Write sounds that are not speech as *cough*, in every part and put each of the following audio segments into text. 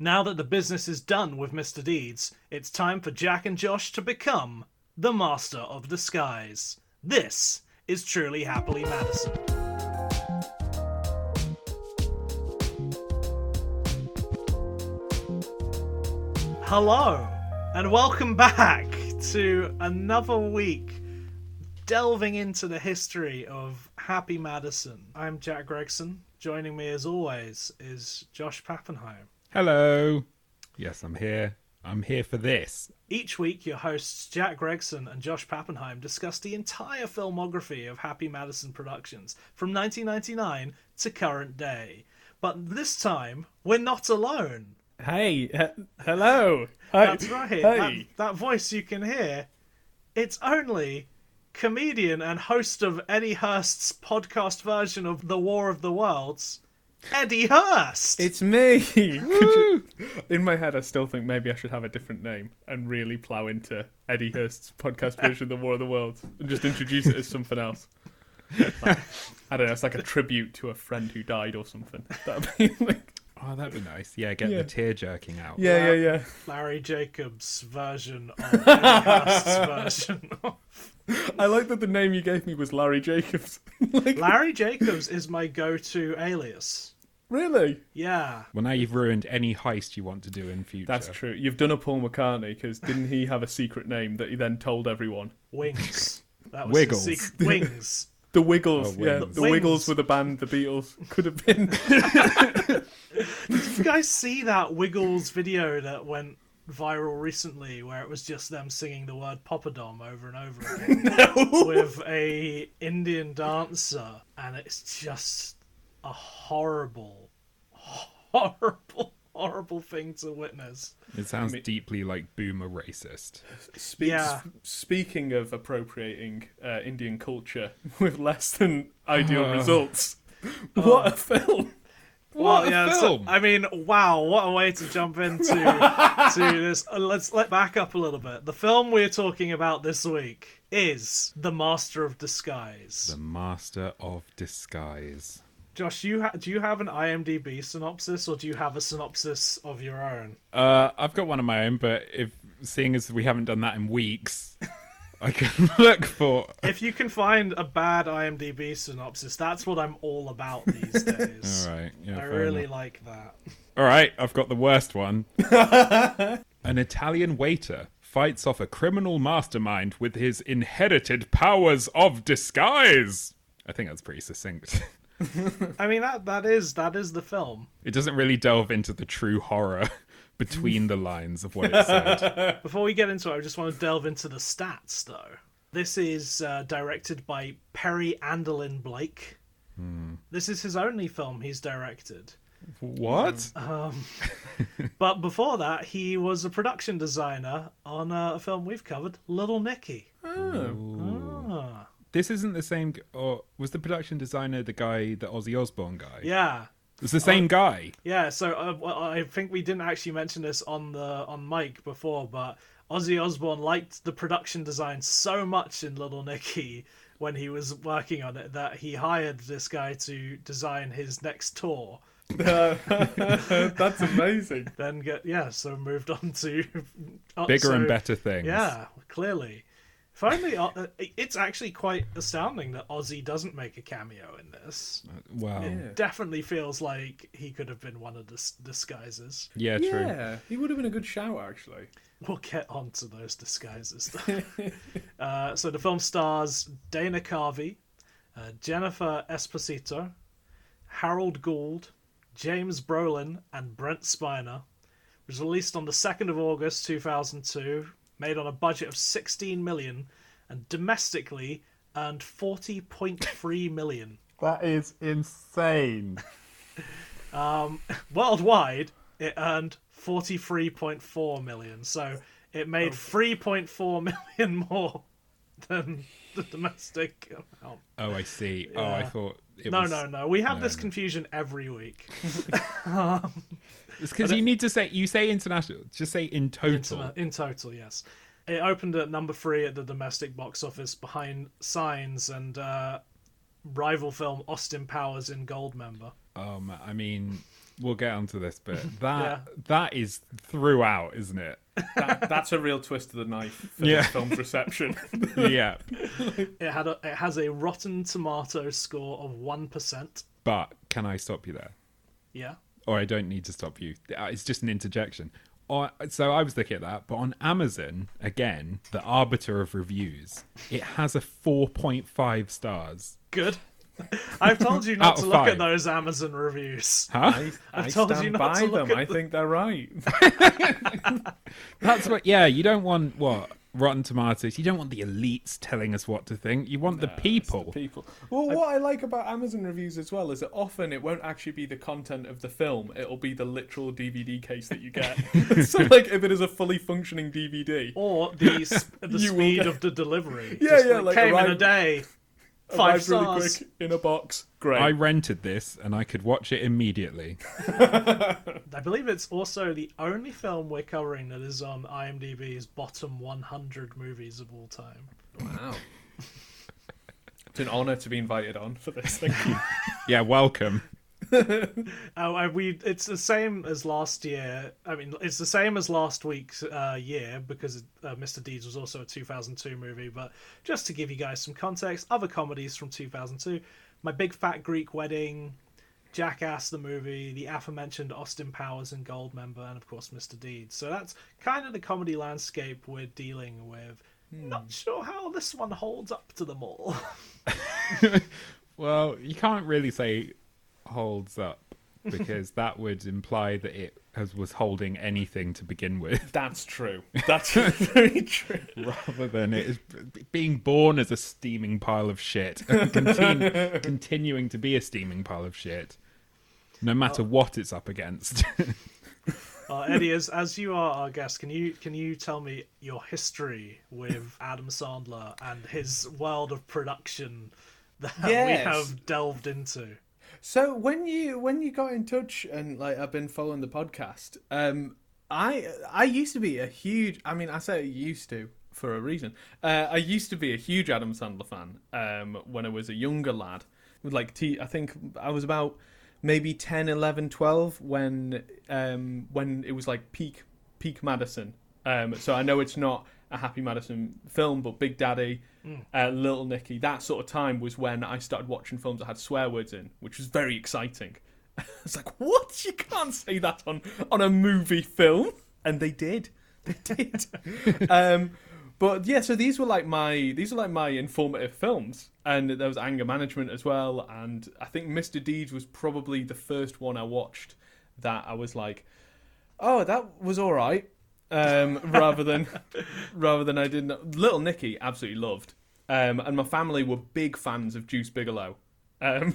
Now that the business is done with Mr. Deeds, it's time for Jack and Josh to become the master of disguise. This is truly Happily Madison. Hello, and welcome back to another week delving into the history of Happy Madison. I'm Jack Gregson. Joining me, as always, is Josh Pappenheim. Hello. Yes, I'm here. I'm here for this. Each week, your hosts Jack Gregson and Josh Pappenheim discuss the entire filmography of Happy Madison Productions from 1999 to current day. But this time, we're not alone. Hey, he- hello. Hi. That's right. Hey. That, that voice you can hear, it's only comedian and host of Eddie Hurst's podcast version of The War of the Worlds, Eddie Hurst. It's me. *laughs* Could you- In my head, I still think maybe I should have a different name and really plow into Eddie Hurst's podcast version of The War of the Worlds and just introduce it as something else. Like, I don't know. It's like a tribute to a friend who died or something. That'd be *laughs* like, Oh, that'd be nice. Yeah, get Yeah. the tear jerking out. yeah, yeah, yeah. Larry Jacobs' version *laughs* of Eddie Hurst's version. I like that the name you gave me was Larry Jacobs. *laughs* like, Larry Jacobs is my go-to alias. really? Yeah. Well, now you've ruined any heist you want to do in future. That's true. You've done a Paul McCartney because didn't he have a secret name that he then told everyone? Wings. That was Wiggles. The sec- wings. The Wiggles, Oh, yeah. Wiggles. The Wings. Wiggles were the band, the Beatles could have been. Did you guys see that Wiggles video that went viral recently where it was just them singing the word poppadom over and over again with a Indian dancer and it's just a horrible horrible horrible thing to witness. It sounds deeply like boomer racist. Speak- Yeah. Speaking of appropriating uh, Indian culture *laughs* with less than ideal *laughs* results, what a film! *laughs* Well, What a yeah, so- film! I mean, wow, what a way to jump into *laughs* to this. Uh, Let's let back up a little bit. The film we're talking about this week is The Master of Disguise. The master of disguise. Josh, you ha- do you have an IMDb synopsis, or do you have a synopsis of your own? Uh, I've got one of my own, but if seeing as we haven't done that in weeks, *laughs* I can look for. If you can find a bad IMDb synopsis, that's what I'm all about these days. *laughs* All right. Yeah. I fair really enough. like that. All right. I've got the worst one. An Italian waiter fights off a criminal mastermind with his inherited powers of disguise. I think that's pretty succinct. *laughs* I mean that that is that is the film. It doesn't really delve into the true horror *laughs* between the lines of what it said. Before we get into it, I just want to delve into the stats, though. This is uh, directed by Perry Andolin Blake. This is his only film he's directed. what? But before that, he was a production designer on uh, a film we've covered, Little Nicky. Ah. This isn't the same. g- Or was the production designer the guy, the Ozzy Osbourne guy? Yeah. It's the same guy. Yeah, so uh, well, I think we didn't actually mention this on the on mic before, but Ozzy Osbourne liked the production design so much in Little Nicky when he was working on it that he hired this guy to design his next tour. That's amazing. Then get yeah, so moved *laughs* on to uh, Bigger and so- better things. Yeah, clearly. If only uh, it's actually quite astounding that Ozzy doesn't make a cameo in this. Wow. Yeah, Yeah. Definitely feels like he could have been one of the s- disguises. true. Yeah, he would have been a good shout actually. We'll get on to those disguises. though. *laughs* uh, so the film stars Dana Carvey, uh, Jennifer Esposito, Harold Gould, James Brolin, and Brent Spiner. It was released on the 2nd of August 2002, made on a budget of 16 million, and domestically earned 40.3 million. That is insane. Worldwide, it earned 43.4 million, so it made 3.4 *laughs* million more than the domestic amount. Oh, I see. Oh, I thought it No, was. no, no. We have no, this no. confusion every week. It's because you need to say you say international. Just say in total. In, in total, yes. It opened at number three at the domestic box office behind Signs and uh, rival film Austin Powers in Goldmember. Um, I mean, We'll get onto this, but that that is throughout, isn't it? That, that's a real twist of the knife for Yeah. this film's reception. yeah. It had a, it has a Rotten Tomato score of one percent. But can I stop you there? Yeah. Or I don't need to stop you. Uh, It's just an interjection. Or, so I was looking at that, but on Amazon, again, the arbiter of reviews, it has a 4.5 stars. *laughs* Good. I've told you Out not to of look five. at those Amazon reviews. Huh? *laughs* *laughs* I told you stand not by to look them. at I the- think they're right. *laughs* That's what, yeah, you don't want what? Rotten Tomatoes. You don't want the elites telling us what to think. You want the people. people. Well, what I like about Amazon reviews as well is that often it won't actually be the content of the film; it'll be the literal DVD case that you *laughs* get. so, like, if it is a fully functioning DVD, Or the *laughs* s- the You will speed get- of the delivery. *laughs* Yeah, Just yeah, like, came in a arrive- *laughs* day. Five arrived stars. really quick in a box. Great. I rented this and I could watch it immediately. I believe it's also the only film we're covering that is on IMDb's bottom 100 movies of all time. Wow. It's an honour to be invited on for this. Thank you. Yeah, welcome. Oh, and we it's the same as last year. I mean, it's the same as last week's uh, year because uh, Mr. Deeds was also a 2002 movie. But just to give you guys some context, other comedies from 2002: My Big Fat Greek Wedding, Jackass the movie, the aforementioned Austin Powers and Goldmember, and of course Mr. Deeds. So that's kind of the comedy landscape we're dealing with. Not sure how this one holds up to them all. *laughs* *laughs* Well, you can't really say holds up *laughs* because that would imply that it has, was holding anything to begin with, *laughs* That's true. That's *laughs* very true. rather than it is b- being born as a steaming pile of shit and *laughs* continu- continuing to be a steaming pile of shit, no matter what it's up *laughs* against. Uh, Eddie, as, as you are our guest, can you can you tell me your history with *laughs* Adam Sandler and his world of production that Yes. we have delved into? So when you when you got in touch and like I've been following the podcast, um, I I used to be a huge. I mean, I say I used to for a reason. Uh, I used to be a huge Adam Sandler fan um, when I was a younger lad. With like t- I think I was about maybe 10, 11, 12 when um, when it was like peak peak Madison. Um, so I know it's not a Happy Madison film, but Big Daddy, uh, Little Nicky, that sort of time was when I started watching films that had swear words in, which was very exciting. *laughs* it's like, what? You can't say that on on a movie film, and they did, they did. *laughs* um, but yeah, so these were like my these are like my informative films, and there was anger management as well, and I think Mr. Deeds was probably the first one I watched that I was like, oh, that was all right. Um, *laughs* rather than rather than I didn't. Little Nicky absolutely loved, um, and my family were big fans of Juice Bigelow. Um,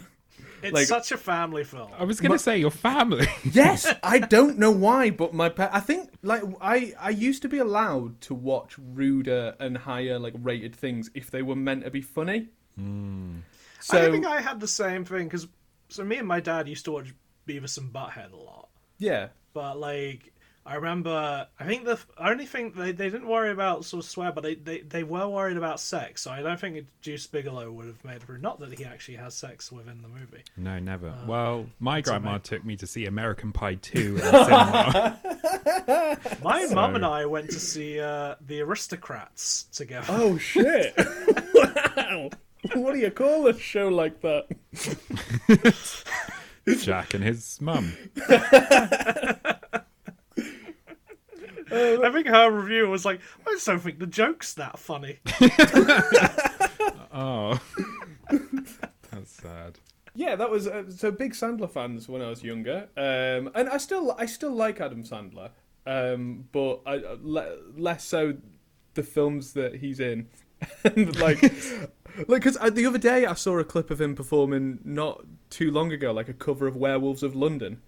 It's Like- such a family film. I was going to say your *laughs* family. *laughs* yes, I don't know why, but my pa- I think like I I used to be allowed to watch ruder and higher like rated things if they were meant to be funny. Hmm. I So think I had the same thing because so me and my dad used to watch Beavis and Butthead a lot. yeah, but like I remember, I think the f- only thing they, they didn't worry about sort of swear, but they, they, they were worried about sex. So I don't think Juice Bigelow would have made it through. Not that he actually has sex within the movie. No, never. well, my grandma took me to see American Pie *laughs* 2 in the cinema. My So- mum and I went to see uh, the Aristocrats together. Oh shit! *laughs* wow, what do you call a show like that? Jack and his mum. *laughs* I think her review was like, I just don't think the joke's that funny. Oh. *laughs* That's sad. Yeah, that was uh, so big Sandler fans when I was younger, um, and I still I still like Adam Sandler, um, but I, I- le- less so the films that he's in. *laughs* And, like, like because the other day I saw a clip of him performing not too long ago, like a cover of Werewolves of London.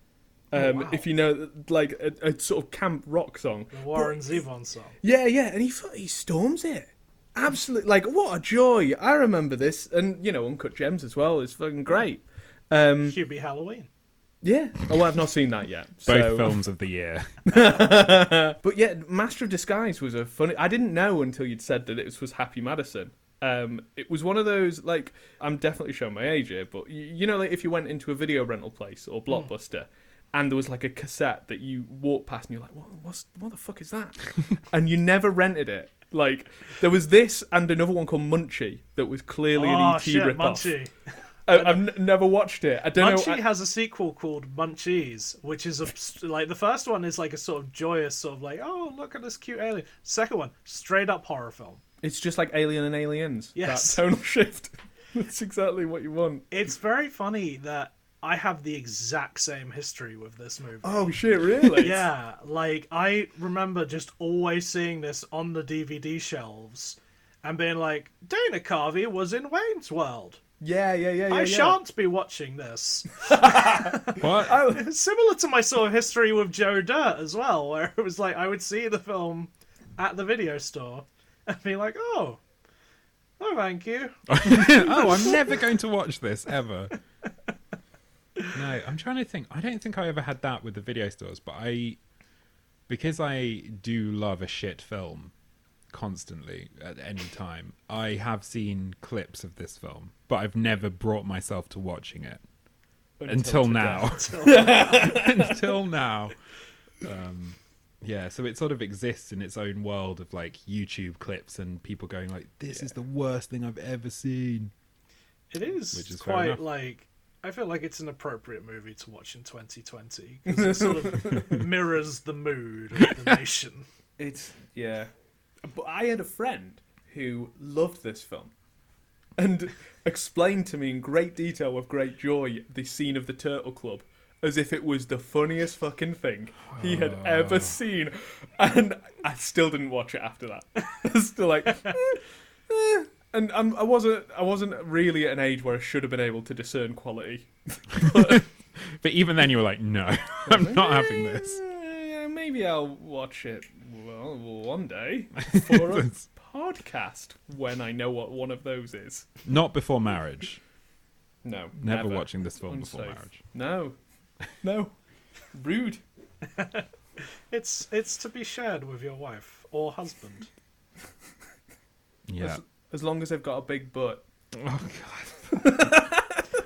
Um, wow. If you know, like a, a sort of camp rock song. The Warren Zevon song. Yeah, yeah, and he fu- he storms it. Absolutely, like what a joy! I remember this, and you know, Uncut Gems as well is fucking great. Um, Hubie Halloween. yeah. Oh, well, I've not seen that yet. Both so- films of the year. But yeah, Master of Disguise was a funny. I didn't know until you'd said that it was Happy Madison. Um, it was one of those like Hmm. I'm definitely showing my age here, but y- you know, like if you went into a video rental place or Blockbuster, and there was like a cassette that you walk past and you're like, what, what's, what the fuck *laughs* is that? and you never rented it. Like there was this and another one called Munchie that was clearly an Oh ET shit, ripoff. Munchie. I, I've n- never watched it. I don't Munchie know. I- has a sequel called Munchies, which is a like the first one is like a sort of joyous sort of like oh look at this cute alien. Second one, straight up horror film. it's just like Alien and Aliens. Yes. That tonal shift. *laughs* That's exactly what you want. It's very funny that I have the exact same history with this movie. Oh shit! *laughs* Really? *laughs* Yeah, like I remember just always seeing this on the DVD shelves and being like, Dana Carvey was in Wayne's World. Yeah. Yeah. Yeah. yeah I yeah. shan't be watching this. *laughs* *laughs* What? Similar to my sort of history with Joe Dirt as well, where it was like I would see the film at the video store and be like, oh, no, thank you. *laughs* oh, I'm never going to watch this ever. No, I'm trying to think. I don't think I ever had that with the video stores, but I, because I do love a shit film constantly at any time, I have seen clips of this film, but I've never brought myself to watching it until, today. now. *laughs* until now. Um, yeah, so it sort of exists in its own world of like YouTube clips and people going like, "This is the worst thing I've ever seen." It is, Which is fair quite enough. like I feel like it's an appropriate movie to watch in 2020 because it sort *laughs* of mirrors the mood of the nation. It's yeah. But I had a friend who loved this film and *laughs* explained to me in great detail with great joy the scene of the Turtle Club as if it was the funniest fucking thing he had ever seen. And I still didn't watch it after that. *laughs* still like "Mm, eh." and I'm, I wasn't I wasn't really at an age where I should have been able to discern quality. But even then, you were like, "No, *laughs* I'm not having this." Eh, Maybe I'll watch it well *laughs* one day for a podcast when I know what one of those is. Not before marriage. No, Never, watching this film before Unsafe. marriage. *laughs* No, no, rude. It's it's to be shared with your wife or husband. Yeah. As, as long as they've got a big butt. Oh god.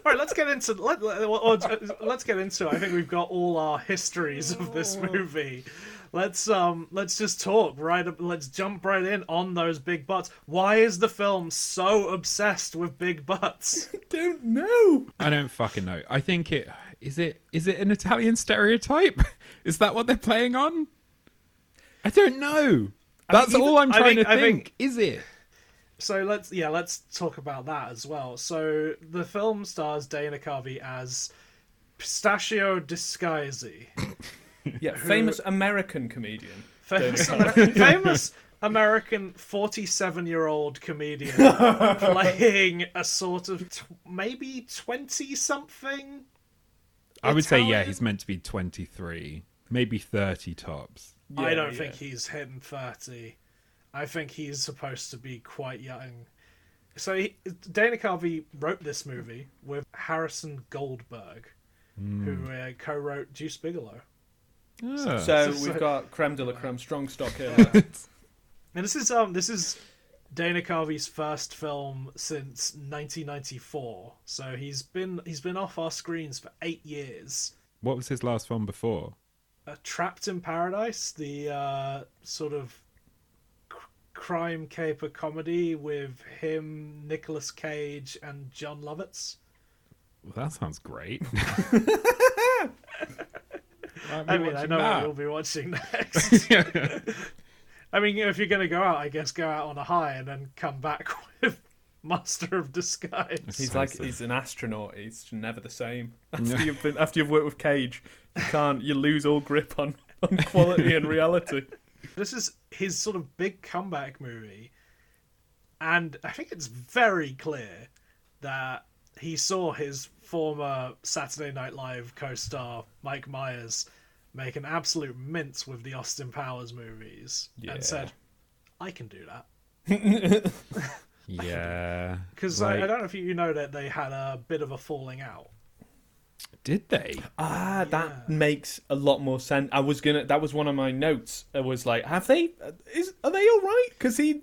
All right, let's get into let, let, or- or- let's get into. It. I think we've got all our histories of this movie. Let's um let's just talk right. up- Let's jump right in on those big butts. Why is the film so obsessed with big butts? Don't know. I don't fucking know. I think it is it is it an Italian stereotype? *laughs* Is that what they're playing on? I don't know. That's even- all I'm I trying think- to I think, think- Is it? So let's yeah, let's talk about that as well. So the film stars Dana Carvey as Pistachio Disguisey, Yeah, famous American comedian. famous, Amer- famous American forty-seven-year-old comedian *laughs* playing a sort of t- maybe twenty-something. I would say yeah. Italian? He's meant to be 23, maybe 30 tops. I Yeah, don't yeah. think he's hitting thirty. I think he's supposed to be quite young. So he, Dana Carvey wrote this movie with Harrison Goldberg, Hmm. who uh, co-wrote Juice Bigelow. Ah. So So- we've got creme de la creme, strong stock *laughs* here. And this is um this is Dana Carvey's first film since 1994. So he's been he's been off our screens for 8 years. what was his last film before? Uh, Trapped in Paradise, the uh, sort of cr- crime caper comedy with him, Nicolas Cage and John Lovitz. Well, that sounds *laughs* great. I mean, I know what you'll be *laughs* watching next. I mean, if you're going to go out, I guess go out on a high and then come back *laughs* with Master of Disguise. He's like Precisely. he's an astronaut. He's never the same. *laughs* Yeah. After you've been after you've worked with Cage, you can't. You lose all grip on, on quality and reality. *laughs* This is his sort of big comeback movie, and I think it's very clear that he saw his former Saturday Night Live co-star Mike Myers make an absolute mince with the Austin Powers movies, Yeah. and said, "I can do that." *laughs* yeah. Because I, I Like, don't know if you know that they had a bit of a falling out. did they? Ah, that makes a lot more sense. I was gonna. That was one of my notes. I was like, have they? Is are they all right? Because he,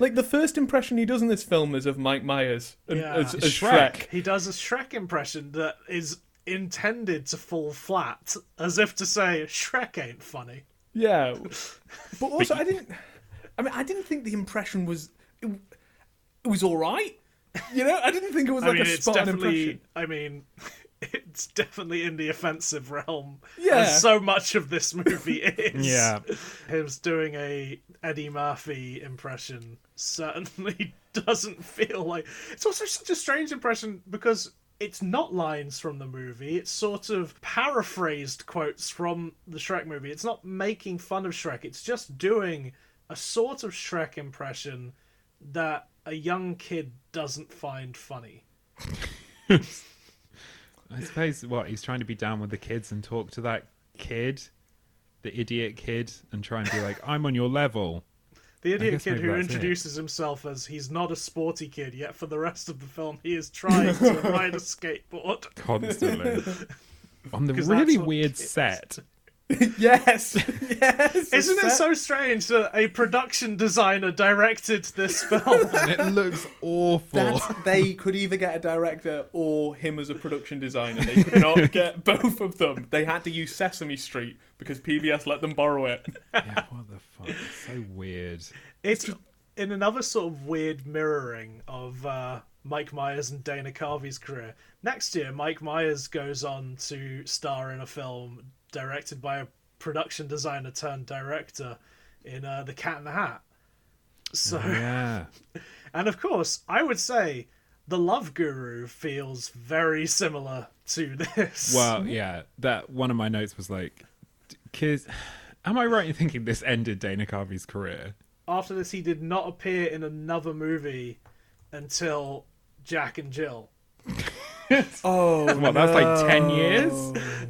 like, the first impression he does in this film is of Mike Myers and, Yeah. as, as Shrek. Shrek. He does a Shrek impression that is intended to fall flat, as if to say Shrek ain't funny. Yeah, *laughs* but also I didn't. I mean, I didn't think the impression was. It, it was all right. You know, I didn't think it was I like mean, a it's spot on definitely. impression. *laughs* I mean, *laughs* it's definitely in the offensive realm. Yeah. as so much of this *laughs* movie is. Yeah. him doing a Eddie Murphy impression certainly *laughs* doesn't feel like. It's also such a strange impression because. It's not lines from the movie. It's sort of paraphrased quotes from the Shrek movie. It's not making fun of Shrek. It's just doing a sort of Shrek impression that a young kid doesn't find funny. I suppose what he's trying to be down with the kids and talk to that kid, the idiot kid, and try and be like, "I'm on your level." The idiot guess kid maybe who that's it. introduces himself as he's not a sporty kid, yet for the rest of the film he is trying *laughs* to ride a skateboard. *laughs* constantly on the 'Cause really that's what weird kids set. yes, *laughs* yes. Isn't it Set- so strange that a production designer directed *laughs* this film? And it *laughs* looks awful. That's, *laughs* they could either get a director or him as a production designer. They *laughs* could not get both of them. They had to use Sesame Street because PBS let them borrow it. yeah, what the fuck? It's so weird. it's in another sort of weird mirroring of uh, Mike Myers and Dana Carvey's career. Next year, Mike Myers goes on to star in a film directed by a production designer turned director in uh, The Cat in the Hat. So. Yeah. *laughs* And of course, I would say the Love Guru feels very similar to *laughs* this. Well, yeah. That one of my notes was like, "Cause, am I right in thinking this ended Dana Carvey's career?" After this, he did not appear in another movie until Jack and Jill. Oh, Well, that's like ten years.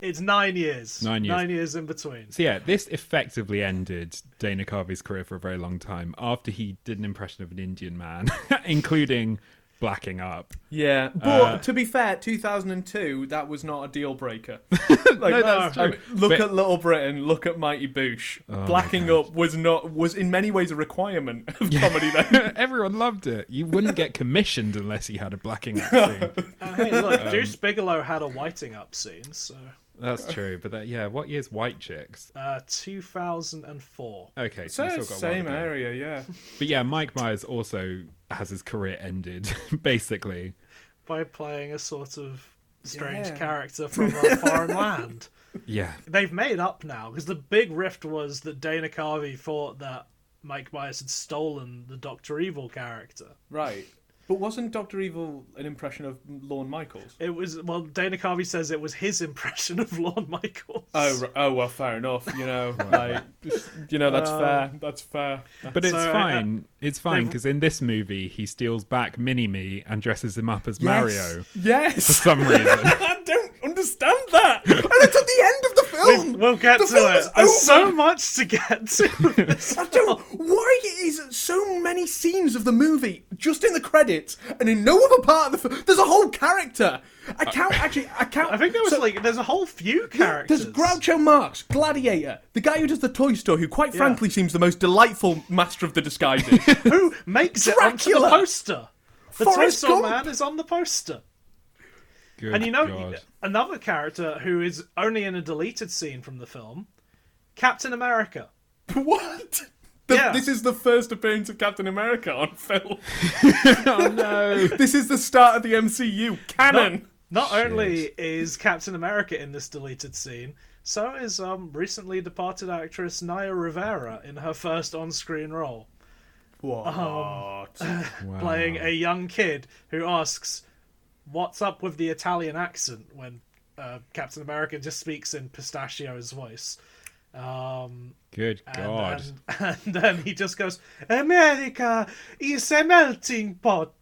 It's nine years. Nine years. Nine years in between. So yeah, this effectively ended Dana Carvey's career for a very long time after he did an impression of an Indian man, *laughs* including blacking up. *laughs* Yeah, but Uh, to be fair, 2002 that was not a deal breaker. Like, *laughs* No, that's no. true. Look But- Oh at Little Britain. Look at Mighty Boosh. Blacking up was not was in many ways a requirement of *laughs* comedy then. Everyone loved it. You wouldn't get commissioned unless he had a blacking up scene. And *laughs* Uh, hey, *laughs* look, Um, Juice Bigelow had a whiting up scene, so. That's true, but that, yeah, what year's White Chicks? Uh, 2004. Okay, so, *laughs* So we still it's got a same while to go. area, yeah. But yeah, Mike Myers also has his career ended, *laughs* basically. By playing a sort of strange Yeah. character from a foreign land. Yeah, they've made up now because the big rift was that Dana Carvey thought that Mike Myers had stolen the Doctor Evil character. Right. But wasn't Doctor Evil an impression of Lorne Michaels? It was well, Dana Carvey says it was his *laughs* impression of Lorne Michaels. Oh, r- oh well, fair enough. You know, *laughs* like, just- you know, Uh, that's fair. That's fair. but it's So, uh, fine. it's fine they've- because in this movie, he steals back Mini Me and dresses him up as Mario *laughs* for Yes. some reason. I don't understand that. And it's at the end of the film. We'll get The to film it. is There's so over. much to get to. I don't. Why is it so many scenes of the movie just in the credits and in no other part of the film? There's a whole character. I count actually. I count. I think there was so- like there's a whole few yeah, characters. There's Groucho Marx, Gladiator, the guy who does the Toy Store, who quite frankly seems the most delightful master of the *laughs* disguises. Who makes it onto the Dracula. poster? The Toy Forrest Store Gump. Man is on the poster. Good And you know Oh, *laughs* God. another character who is only in a deleted scene from the film, Captain America. *laughs* what? The- Yeah. This is the first appearance of Captain America on film. *laughs* oh no! this is the start of the MCU canon. Not only is Captain America in this deleted scene, so is um, recently departed actress Naya Rivera in her first on screen role, What? Wow. playing a young kid who asks, What's up with the Italian accent when uh, Captain America just speaks in Pistachio's voice? Um, Good and, um, God. and- and then *laughs* he just goes, America is a melting pot.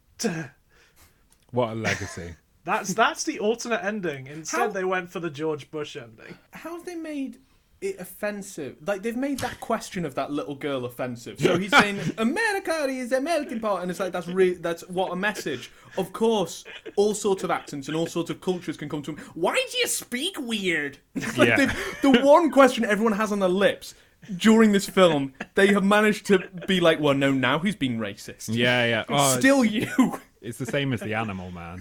What a legacy. That's that's the alternate ending. Instead, How- they went for the George Bush ending. how have they made it offensive? Like they've made that question of that little girl offensive. So he's saying America is a melting pot, and it's like that's re- that's what a message. Of course, all sorts of accents and all sorts of cultures can come to him. Why do you speak weird? *laughs* It's like Yeah. they've- the one question everyone has on their lips. During this film, they have managed to be like, well, no, now who's being racist? *laughs* Yeah, yeah. Oh, Still you. It's the same as the Animal Man.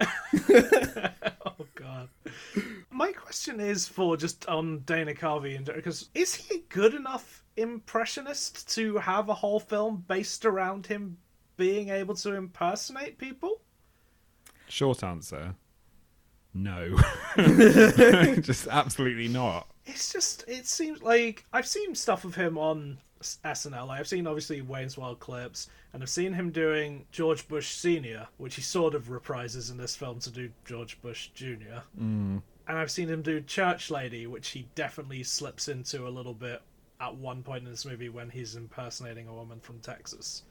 Oh god. My question is for just on Dana Carvey and because is he a good enough impressionist to have a whole film based around him being able to impersonate people? Short answer *laughs* no. *laughs* Just absolutely not. It's just it seems like I've seen stuff of him on S- SNL. I've seen obviously Wayne's Wild clips, and I've seen him doing George Bush Senior, which he sort of reprises in this film to do George Bush Junior. And I've seen him do Church Lady, which he definitely slips into a little bit at one point in this movie when he's impersonating a woman from Texas.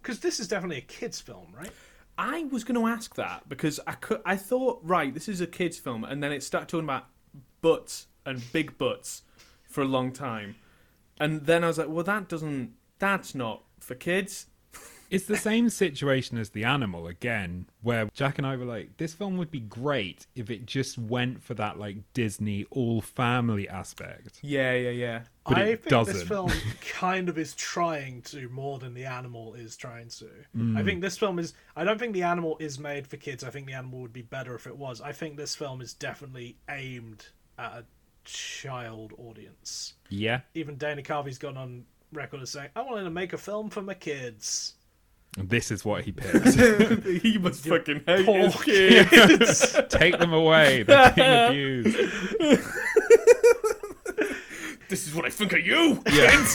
Because this is definitely a kids' film, right? I was going to ask that because I could, I thought right this is a kids film and then it started talking about butts and big butts for a long time and then I was like well that doesn't that's not for kids It's the same situation as The Animal again, where Jack and I were like, this film would be great if it just went for that like Disney all family aspect. yeah yeah yeah But I it think this doesn't. *laughs* film kind of is trying to more than the animal is trying to. I Hmm. think this film is. I don't think the animal is made for kids. I think the animal would be better if it was. I think this film is definitely aimed at a child audience. Yeah. Even Dana Carvey's gone on record as saying, "I wanted to make a film for my kids." And this is what he picked. *laughs* he must fucking hate Poor his kid kids. Take them away. They're being abused. this is what I think of you Yeah.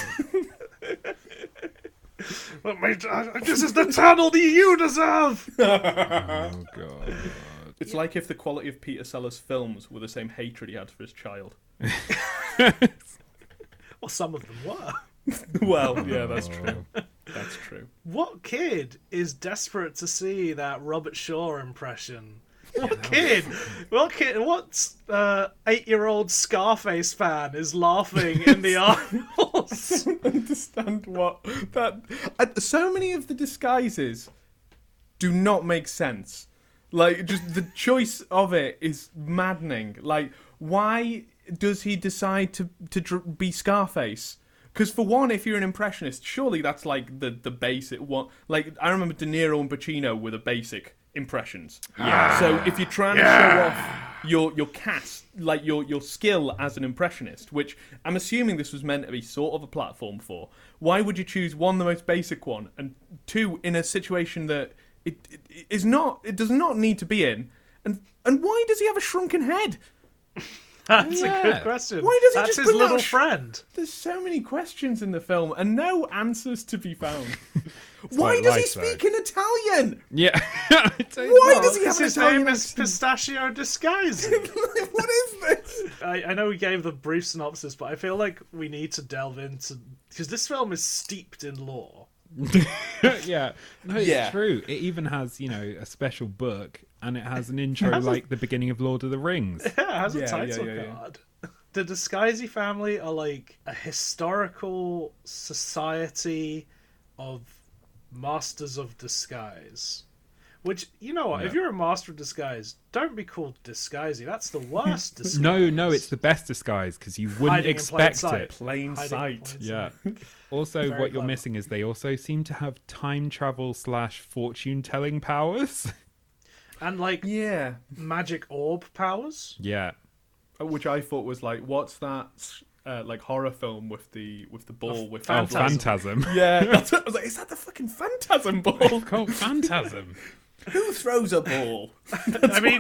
But my- *laughs* this is the tunnel that you deserve. Oh god. it's like if the quality of Peter Sellers films were the same hatred he had for his child Well, some of them were. *laughs* *laughs* well yeah that's true that's *laughs* true What kid is desperate to see that Robert Shaw impression? What kid? What kid? What uh, eight-year-old Scarface fan is laughing in *laughs* the aisles? understand what that. Uh, so many of the disguises do not make sense. Like, just the choice of it is maddening. Like, why does he decide to to dr- be Scarface? Because for one, if you're an impressionist, surely that's like the the basic one. Like, I remember De Niro and Pacino were the basic impressions. Yeah. So if you're trying to show off your your cast like your your skill as an impressionist which i'm assuming this was meant to be sort of a platform for why would you choose one the most basic one and two in a situation that it, it is not it does not need to be in and and why does he have a shrunken head That's a Yeah. good question. Why does he That's just his put that little sh- friend. there's so many questions in the film and no answers to be found why like does he life, though. speak in italian *laughs* *laughs* Yeah. why does he Because have an his italian name is Pistachio Disguise. accent? what is this I, I know we gave the brief synopsis, but I feel like we need to delve into because this film is steeped in lore. yeah. No, it's Yeah. true. It even has, you know, a special book and it has an intro like the beginning of Lord of the Rings. Yeah, it has Yeah, a title yeah, yeah, yeah. card. *laughs* The Disguisey family are like a historical society of masters of disguise. Which, you know what, if you're a master of disguise, don't be called disguisey. That's the worst disguise. No, no, it's the best disguise because you wouldn't Hiding in plain expect sight. it. plain Hiding in sight plain Yeah. Also, Very what you're clever. missing is they also seem to have time travel slash fortune telling powers. *laughs* And like yeah Uh, magic orb powers. yeah. which I thought was like, what's that uh, like horror film with the with the ball with Oh, Phantasm. phantasm. *laughs* yeah, that's what I was like. Is that the fucking phantasm ball? oh, phantasm. Who throws a ball? I mean,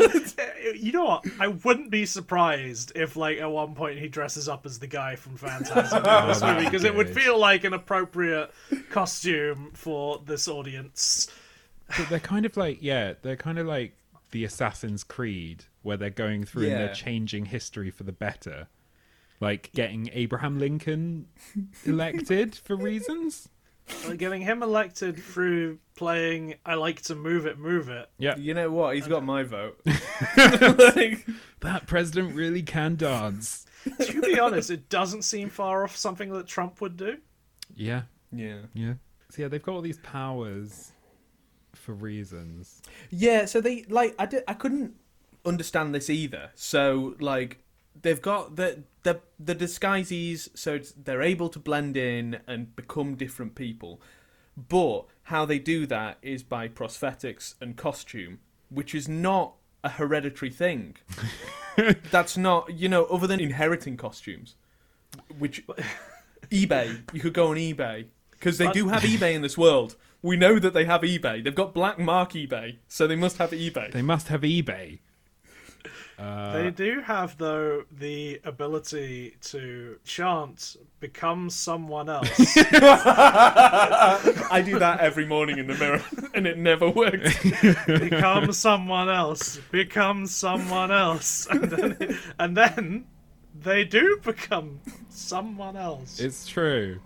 *laughs* you know what? I wouldn't be surprised if, like, at one point he dresses up as the guy from *laughs* Phantasm in this Oh, that'd movie be because it would good. feel like an appropriate costume for this audience. But they're kind of like, yeah, they're kind of like the Assassin's Creed, where they're going through and Yeah. they're changing history for the better. Like getting Abraham Lincoln elected for reasons. Like, getting him elected through playing "I Like to Move It, Move It." Yeah. *laughs* You know what? He's got my vote. *laughs* Like, That president really can dance. To *laughs* be honest, it doesn't seem far off something that Trump would do. Yeah. yeah, Yeah. So yeah, they've got all these powers for reasons. yeah. So they like I did, I couldn't understand this either. So like they've got the the the disguises, so it's, they're able to blend in and become different people. But how they do that is by prosthetics and costume. which is not a hereditary thing. That's not, you know, other than inheriting costumes, which eBay, you could go on eBay because they do have eBay in this world. We know that they have eBay. They've got black mark eBay, so they must have eBay. They must have eBay. Uh, They do have though the ability to chant become someone else. *laughs* I do that every morning in the mirror, *laughs* and it never works. become someone else. Become someone else. *laughs* And then, and then they do become someone else. It's true.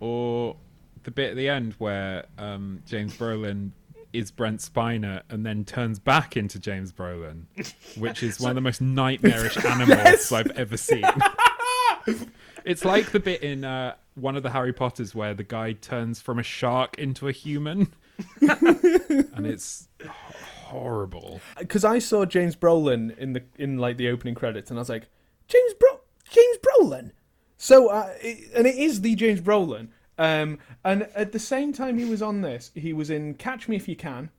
Or the bit at the end where um, James Brolin is Brent Spiner and then turns back into James Brolin, which is one of the most *laughs* nightmarish animals I've ever seen. *laughs* it's like the bit in uh, one of the Harry Potters where the guy turns from a shark into a *laughs* human. and it's h- *laughs* horrible. because I saw James Brolin in the in like the opening credits, and I was like, James Bro, James Brolin. So, uh, it, and it is the James Brolin. Um, and at the same time he was on this, he was in Catch Me If You Can.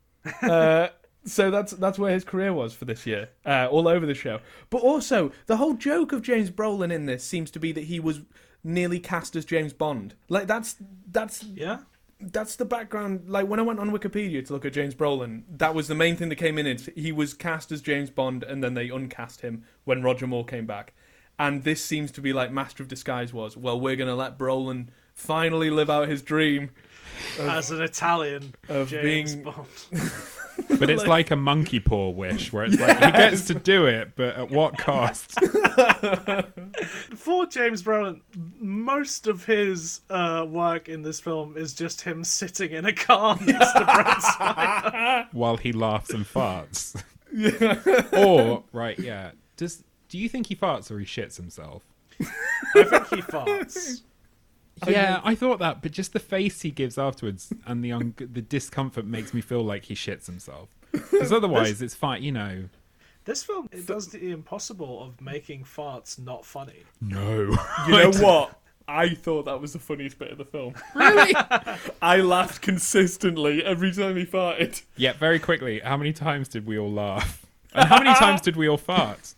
Uh, so that's that's where his career was for this year, uh, all over the show. But also, the whole joke of James Brolin in this seems to be that he was nearly cast as James Bond. Like that's that's yeah. that's the background. Like when I went on Wikipedia to look at James Brolin, that was the main thing that came in. Is he was cast as James Bond, and then they uncast him when Roger Moore came back. And this seems to be like Master of Disguise was. Well, we're gonna let Brolin finally live out his dream. As an Italian of James being- Bond. *laughs* But it's like a monkey paw wish where it's like he gets to do it, but at what cost? For James Brolin, most of his uh, work in this film is just him sitting in a car *laughs* next to Brad *laughs* while he laughs and *laughs* farts. or right, yeah. Does do you think he farts or he shits himself? He farts. Yeah, I thought that, but just the face he gives afterwards and the un- the discomfort makes me feel like he shits himself. Because otherwise, it's fine, you know. This film it does the impossible of making farts not funny. No, You *laughs* know what? I thought that was the funniest bit of *laughs* the film. really? *laughs* I laughed consistently every time he farted. *laughs* yeah, very quickly. How many times did we all laugh? *laughs* And how many times did we all fart?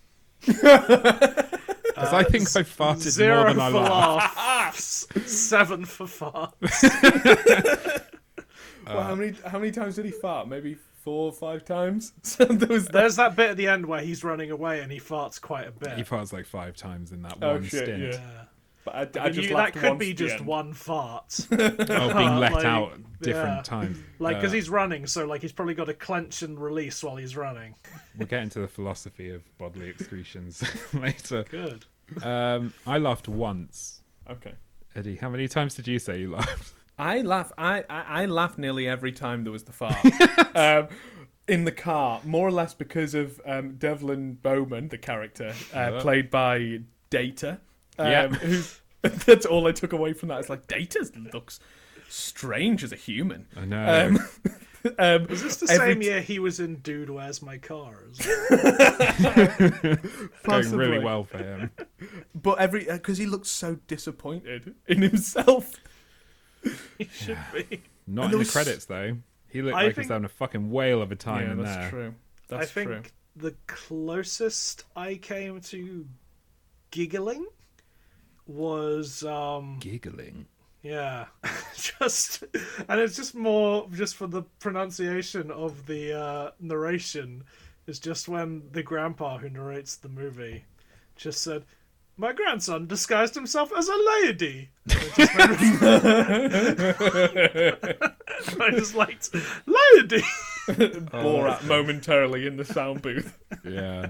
Because I think I farted more Zero than for I laughed. laughs, seven for farts. well, how many how many times did he fart? Maybe four or five times. *laughs* So there was that. There's that bit at the end where he's running away and he farts quite a bit. He farts like five times in that Oh, one shit, stint. yeah. Yeah. But I, I And just you- that laughed could once be at the just end. one *laughs* fart. Oh, *laughs* being let Like, out different yeah. times. Like, because Uh, he's running, so, like, he's probably got to clench and release while he's running. We'll get into the philosophy of bodily excretions *laughs* later. Good. Um, I laughed once. Okay. Eddie, how many times did you say you laughed? I laugh. I, I, I laugh nearly every time there was the fart. um, in the car, more or less because of um, Devlin Bowman, the character uh, played by Data. Um, *laughs* Yeah. who's- that's all I took away from that. It's like Data looks strange as a human. I know. Um, *laughs* um, It's the every same t- year he was in Dude, Where's My Car? as well. going possibly. really well for *laughs* him. but every because he looked so disappointed in himself. he should be. Not And in the those- credits though. He looked I like he think- was having a fucking whale of a time yeah, in that's there. true. I That's think true. the closest I came to giggling was um Giggling. yeah *laughs* just and it's just more just for the pronunciation of the uh narration is just when the grandpa who narrates the movie just said my grandson disguised himself as a lady And it just made me- *laughs* i just liked *laughs* lady Borat momentarily in the sound booth. Yeah.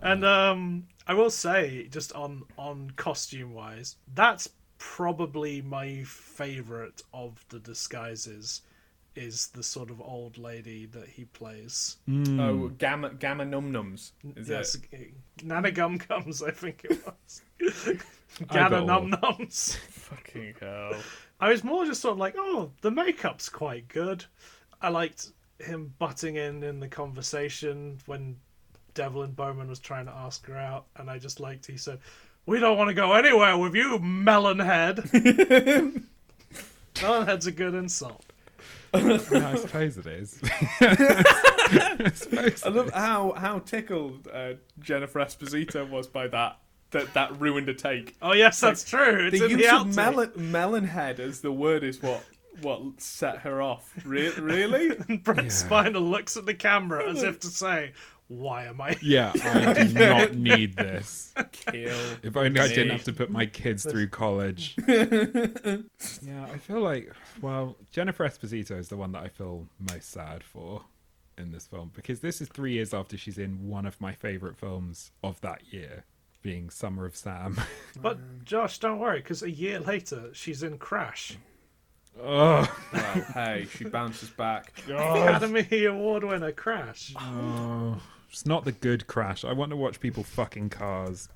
And um, I will say, just on on costume wise, that's probably my favorite of the disguises. Is the sort of old lady that he plays? Oh, gamma gamma num nums. Is yes, it? g- Nana Gum Gums, I think it was. I got Gana Num old. Nums. Fucking hell. I was more just sort of like, oh, the makeup's quite good. I liked him butting in in the conversation when Devlin Bowman was trying to ask her out, and I just liked he said, "We don't want to go *laughs* anywhere with you, melon head." melon head's a good insult. Yeah, I suppose it *laughs* is. *laughs* I suppose *laughs* I love how how tickled uh, Jennifer Esposito was by that. That that ruined a take. Oh yes, that's true. It's the in use the of outtake. *laughs* melon, *laughs* melon head as the word is what what set her off. Re- *laughs* really? Brent Spiner looks at the camera as *laughs* if to say, "Why am I?" yeah, I do not need this. Kill. If only I didn't Me. have to put my kids through *laughs* college. yeah, I feel like, well, Jennifer Esposito is the one that I feel most sad for in this film because this is three years after she's in one of my favorite films of that year, being Summer of Sam. *laughs* But Josh, don't worry, because a year later she's in Crash, oh, Well, hey, she bounces back. Academy Award winner Crash. oh, it's not the good crash. I want to watch people fucking cars,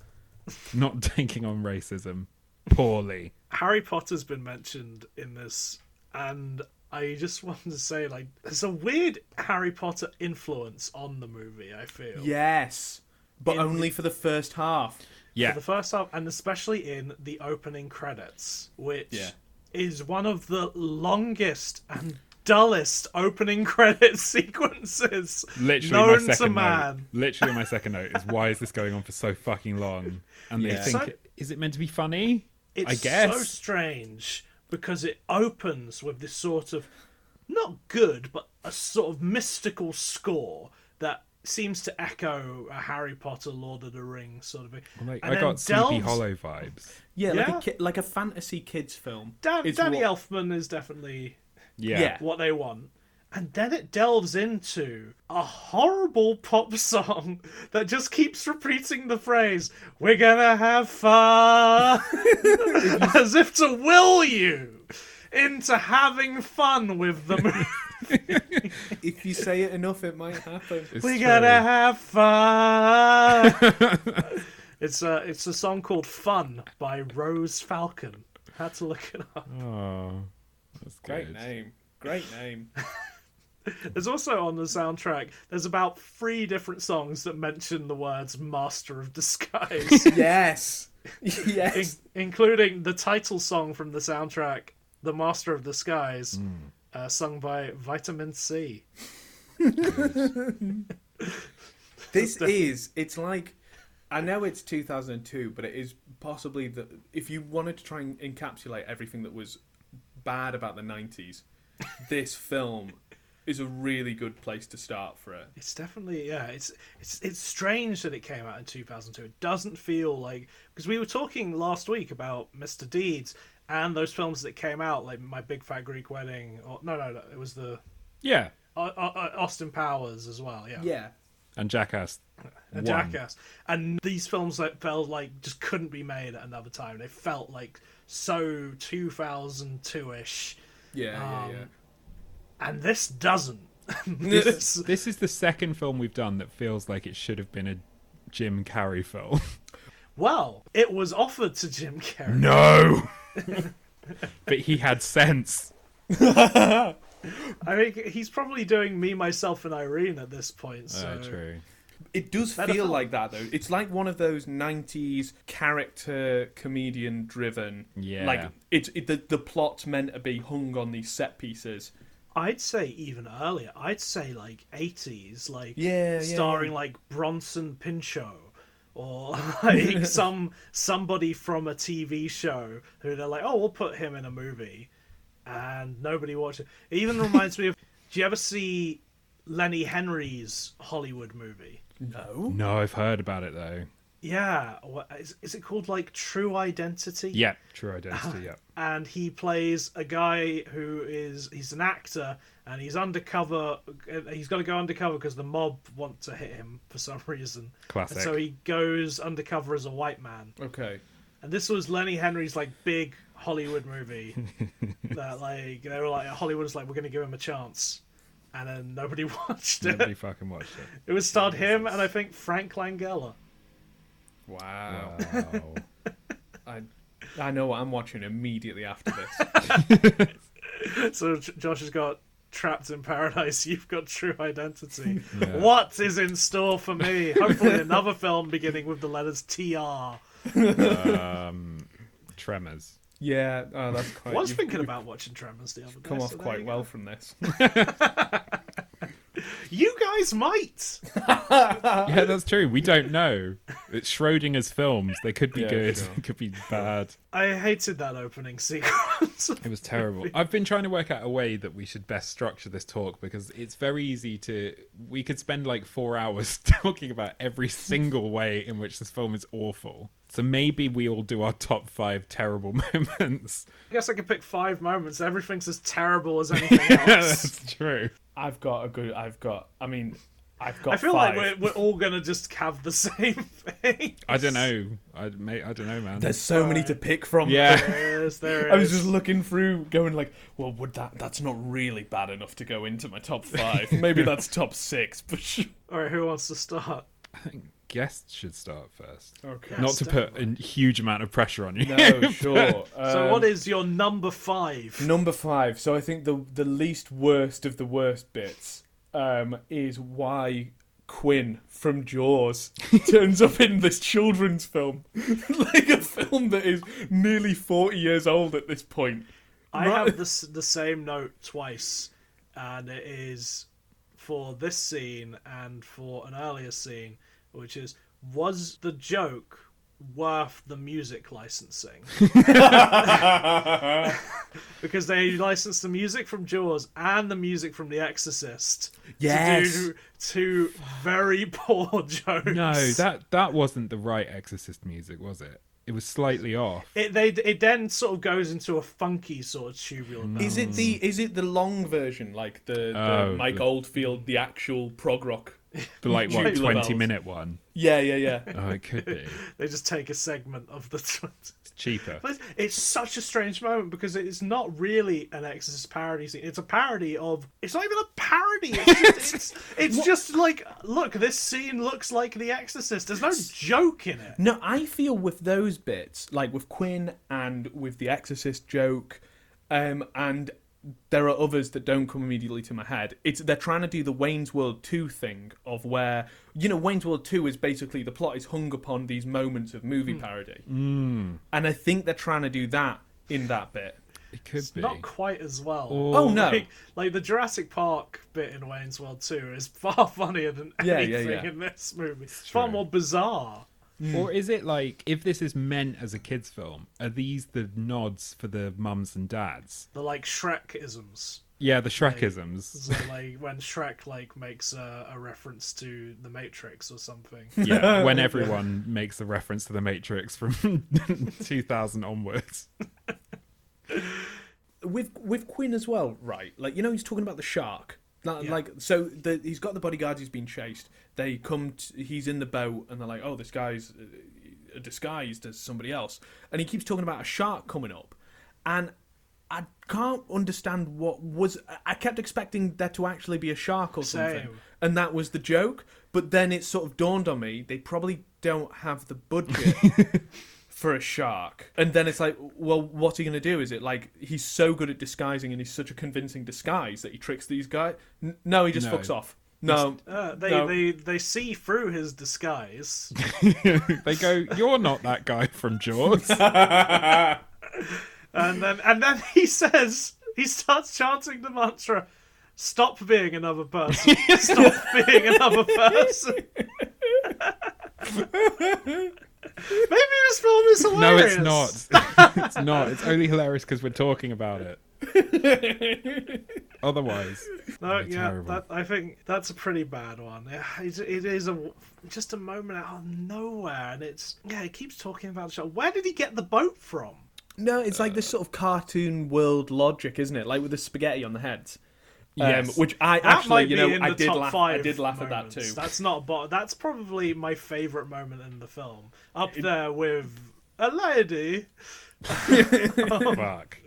not *laughs* taking on racism poorly. Harry Potter's been mentioned in this, and I just *laughs* wanted to say, like, there's a weird Harry Potter influence on the movie. I feel, Yes, but only for the first half. for Yeah, the first half, and especially in the opening credits, which Yeah. is one of the longest and dullest opening *laughs* credit sequences literally my known second to note. man. Literally my second note is why is this going on for so fucking long? And they Yeah. think So- is it meant to be funny? It's I guess. so strange because it opens with this sort of not good, but a sort of mystical score that seems to echo a Harry Potter, Lord of the Rings sort of thing. like, And I then got Sleepy delves- Hollow vibes. Yeah, Yeah. like a ki- like a fantasy kids film. Dan- is Danny what- Elfman is definitely Yeah. Yeah. what they want. And then it delves into a horrible pop song that just keeps repeating the phrase, We're gonna have fun! As if to will you into having fun with the movie. If you say it enough, it might happen. It's We're true. gonna have fun! it's, a, it's a song called Fun by Rose Falcon. Had to look it up. Oh, that's Great good. name. Great name. There's also on the soundtrack, there's about three different songs that mention the words Master of *laughs* Disguise, yes. in- Yes. including the title song from the soundtrack, The Master of Disguise, uh, sung by Vitamin C. This is. It's like. I know it's 2002, but it is possibly the. If you wanted to try and encapsulate everything that was bad about the *laughs* 90s, this film is a really good place to start for it. It's definitely yeah. It's it's it's strange that it came out in 2002. It doesn't feel like because we were talking last week about Mr. Deeds and those films that came out like My Big Fat Greek Wedding or no no, no it was the Yeah. uh, uh, Austin Powers as well. Yeah. Yeah. And Jackass. a one. jackass and these films that felt like just couldn't be made at another time they felt like so 2002ish Yeah, Um, yeah, yeah. and this doesn't *laughs* this This is the second film we've done that feels like it should have been a Jim Carrey film. *laughs* well it was offered to jim carrey No. *laughs* but he had sense. i think he's probably doing me myself and irene at this point *laughs* so Oh, true. It does Better feel film. like that though. It's like one of those '90s character comedian driven. Yeah. Like it's it, the the plot's meant to be hung on these set pieces. i'd say even earlier i'd say like 80s like Yeah, yeah, starring like bronson pinchot or *laughs* like *laughs* some somebody from a tv show who they're like oh we'll put him in a movie and nobody watched it. It *laughs* even reminds me of. Do you ever see Lenny Henry's Hollywood movie? No. No, I've heard about it though. Yeah, what, is, is it called like True Identity? Yeah, true *laughs* identity. Yeah. And he plays a guy who is he's an actor and he's undercover. uh, He's got to go undercover because the mob want to hit him for some *laughs* reason. Classic. And so he goes undercover as a white man. Okay. And this was Lenny Henry's like big Hollywood *laughs* movie that like they were like Hollywood was like we're gonna give him a chance, and then nobody *laughs* watched it. Nobody fucking watched it. *laughs* It was starred him and I think Frank Langella. Wow. Wow. I I know what I'm watching immediately after *laughs* this. So J- Josh has got Trapped in Paradise. *laughs* You've got True Identity. Yeah. What is in store for me? Hopefully another film beginning with the letters T R. um, Tremors. Yeah, oh, that's quite. I was you've thinking about watching Tremors the other day. come so off there quite you well go. from this. *laughs* You guys might. Yeah, that's true. We don't know. It's Schrodinger's films. They could be Yeah, good. sure. They could be bad. I hated that opening sequence. *laughs* It was terrible. *laughs* I've been trying to work out a way that we should best structure this talk because it's very easy to. We could spend like four hours *laughs* talking about every single way in which this film is awful. So maybe we all do our top five terrible *laughs* moments. I guess I could pick five moments. Everything's as terrible as *laughs* anything else. That's true. I've got a good. I've got. I mean, I've got. I feel five. like we're, we're all gonna just have the *laughs* same thing. I don't know. I may. I don't know, man. There's so many to pick *laughs* from. yeah. Yes, there it *laughs* I was is. just looking through, going like, "Well, would that? That's not really bad enough to go into my *laughs* top five. Maybe that's top six, but *laughs* sure. All right, who wants to start? I think guests should start first. okay, Not to put a huge amount of pressure on you. no, So, sure. Um, what is your number five? Number five. So I think the the least worst of the worst bits um, is why Quinn *laughs* from Jaws turns up in this children's film, *laughs* like a film that is nearly forty years old at this point. I Right. have the s- the same note twice, and it is for this scene and for an earlier scene, which is was the joke worth the music licensing? *laughs* because they licensed the music from Jaws and the music from The Exorcist Yes. to do two very *laughs* poor jokes. *laughs* No, that that wasn't the right Exorcist music, was it? It was slightly off. It, they, it then sort of goes into a funky sort of tubular. bit. Is it the is it the long version, like the, the Oh, Mike the- Oldfield, the actual prog rock? The like *laughs* what Tubular bells. twenty minute one. Yeah, yeah, yeah. Oh, it could be. They just take a segment of the. *laughs* It's cheaper. But it's such a strange moment because it's not really an Exorcist parody scene. It's a parody of. It's not even a parody. *laughs* It's just, it's, it's just like, look, this scene looks like The Exorcist. There's no joke in it. No, I feel with those bits, like with Quinn and with the Exorcist joke, um, and there are others that don't come immediately to my head. It's they're trying to do the Wayne's World two thing of where you know Wayne's World two is basically the plot is hung upon these moments of movie parody, and I think they're trying to do that in that bit. It could be. Not quite as well. Oh, no. Like, like the Jurassic Park bit in Wayne's World 2 is far *laughs* funnier than Yeah, anything yeah, yeah. in this movie. It's far more bizarre. Or is it like if this is meant as a kids' film? Are these the nods for the mums and dads? The like Shrek isms. Yeah, the Shrekisms. So like when Shrek like makes a, a reference to the Matrix or something. Yeah, when everyone makes a reference to the Matrix from *laughs* 2000 onwards. with with Quinn as well, right? Like you know, he's talking about the shark. Like, Yeah. like so, the, he's got the bodyguards. He's been chased. They come. T- he's in the boat, and they're like, "Oh, this guy's uh, disguised as somebody else." And he keeps talking about a shark coming up, and I can't understand what was. I- I kept expecting there to actually be a shark or something, Same. and that was the joke. But then it sort of dawned on me they probably don't have *laughs* the budget for a shark. And then it's like, well, what's he going to do? Is it like he's so good at disguising and he's such a convincing disguise that he tricks these guys? N- no, he just No. fucks off. No. Uh, they, No. they they see through his *laughs* disguise. They go, "You're not that guy from Jaws." and then and then he says he starts chanting the mantra stop being another person *laughs* stop being another person maybe this film is No, hilarious it's not. *laughs* it's not. It's only hilarious because we're talking about it. *laughs* Otherwise, no They're yeah terrible. that, i think that's a pretty bad one Yeah, it, it is a just a moment out of nowhere and it's yeah he keeps talking about the show where did he get the boat from No, it's like this sort of cartoon world logic, isn't it? Like with the spaghetti on the heads. Um, Yes. Which I that actually, might be you know, in I the did, top laugh, five I did laugh at that moments. too. That's not bo- that's probably my favorite moment in the film, up there with a lady. fuck.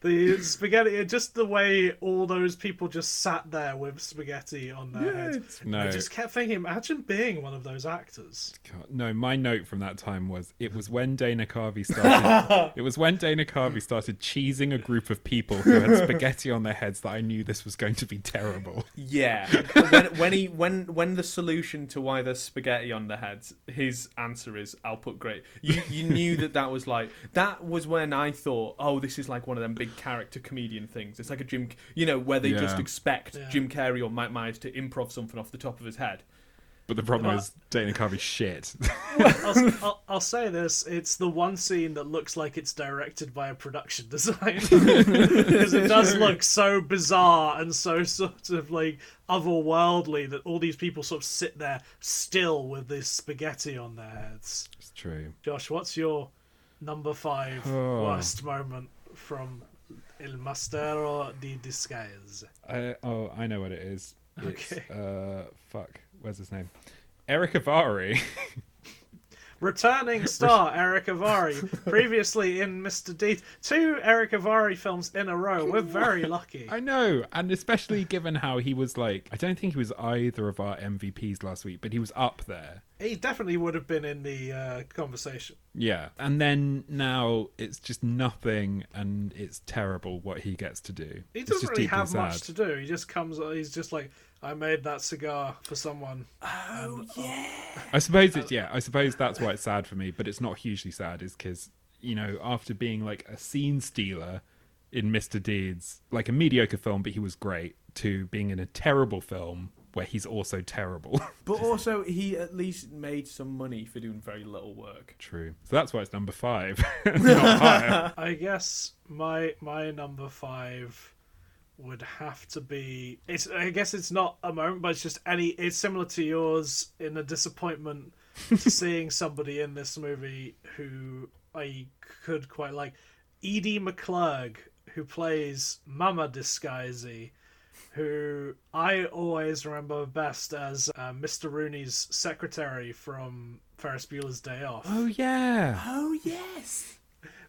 The spaghetti, just the way all those people just sat there with spaghetti on their Yeah, head. it's- I No, just kept thinking, imagine being one of those actors. God, no. My note from that time was it was when Dana *laughs* Carvey started. it was when Dana Carvey started cheesing a group of people who had spaghetti on their heads that I knew this was going to be terrible. *laughs* Yeah. when, when he when when the solution to why there's spaghetti on the heads, his answer is I'll put great. You you knew that that was like that was when I thought, oh, this is like one of them big character comedian things. It's like a Jim, you know, where they just Yeah. expect Yeah. Jim Carrey or Mike Myers to improv something off the top of his head. But the problem Well- is Dana Carvey's shit. *laughs* I'll, I'll, I'll say this: it's the one scene that looks like it's directed by a production *laughs* designer because it does look so bizarre and so sort of like otherworldly that all these people sort of sit there still with this spaghetti on their heads. it's true. Josh, what's your number five Oh. worst moment from Il Mastero di Disguise? I, oh, I know what it is. It's, Okay. uh, fuck. Where's his name? Eric Avari. Returning star Eric Avari, previously in Mr. Deed, two Eric Avari films in a row. We're very lucky. I know, and especially given how he was like, I don't think he was either of our MVPs last week, but he was up there. He definitely would have been in the uh, conversation. Yeah. And then now it's just nothing, and it's terrible what he gets to do. He It's doesn't just really deeply have much sad. to do. He just comes. He's just like, I made that cigar for someone. I *laughs* suppose it's yeah. I suppose that's why it's sad for me, but it's not hugely sad, is because you know after being like a scene stealer in Mr. Deeds, like a mediocre film, but he was great, to being in a terrible film where he's also terrible. *laughs* But also, he at least made some money for doing very little work. True. So that's why it's number five. *laughs* Not higher. I guess my my number five would have to be. It's. I guess it's not a moment, but it's just any. It's similar to yours in a disappointment to seeing somebody in this movie who I could quite like. Edie McClurg, who plays Mama Disguisey, who I always remember best as uh, Mr. Rooney's secretary from Ferris Bueller's Day Off. Oh yeah. Oh yes.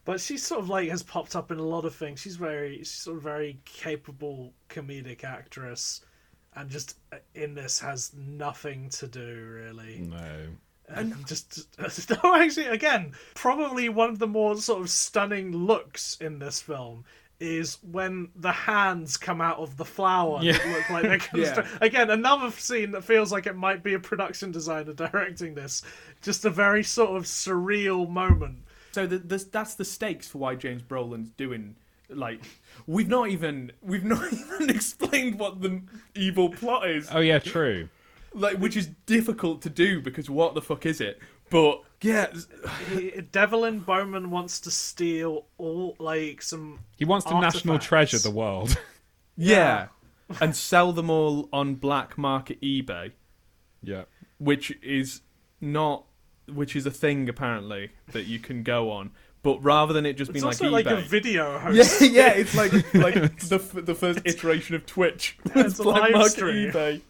But she sort of like has popped up in a lot of things. She's very, she's sort of very capable comedic actress, and just uh, in this has nothing to do really. No. And just *laughs* no, actually, again, probably one of the more sort of stunning looks in this film is when the hands come out of the flower that Yeah. look like *laughs* they're constru- again another scene that feels like it might be a production designer *laughs* directing this. Just a very sort of surreal moment. So the, the, that's the stakes for why James Brolin's doing. Like, we've not even we've not *laughs* even explained what the evil plot is. Oh yeah. True. Like, which is difficult to do because what the fuck is it? But yeah, s- He- Devlin Bowman wants to steal all like some. He wants to national Artifacts. treasure the world. *laughs* yeah, and sell them all on black market eBay, yeah. which is not which is a thing apparently that you can go on. But rather than it just It's being like also eBay, like, a video host. Yeah, yeah, it's *laughs* like like the f- the first iteration of *laughs* Twitch. it's a live stream. eBay.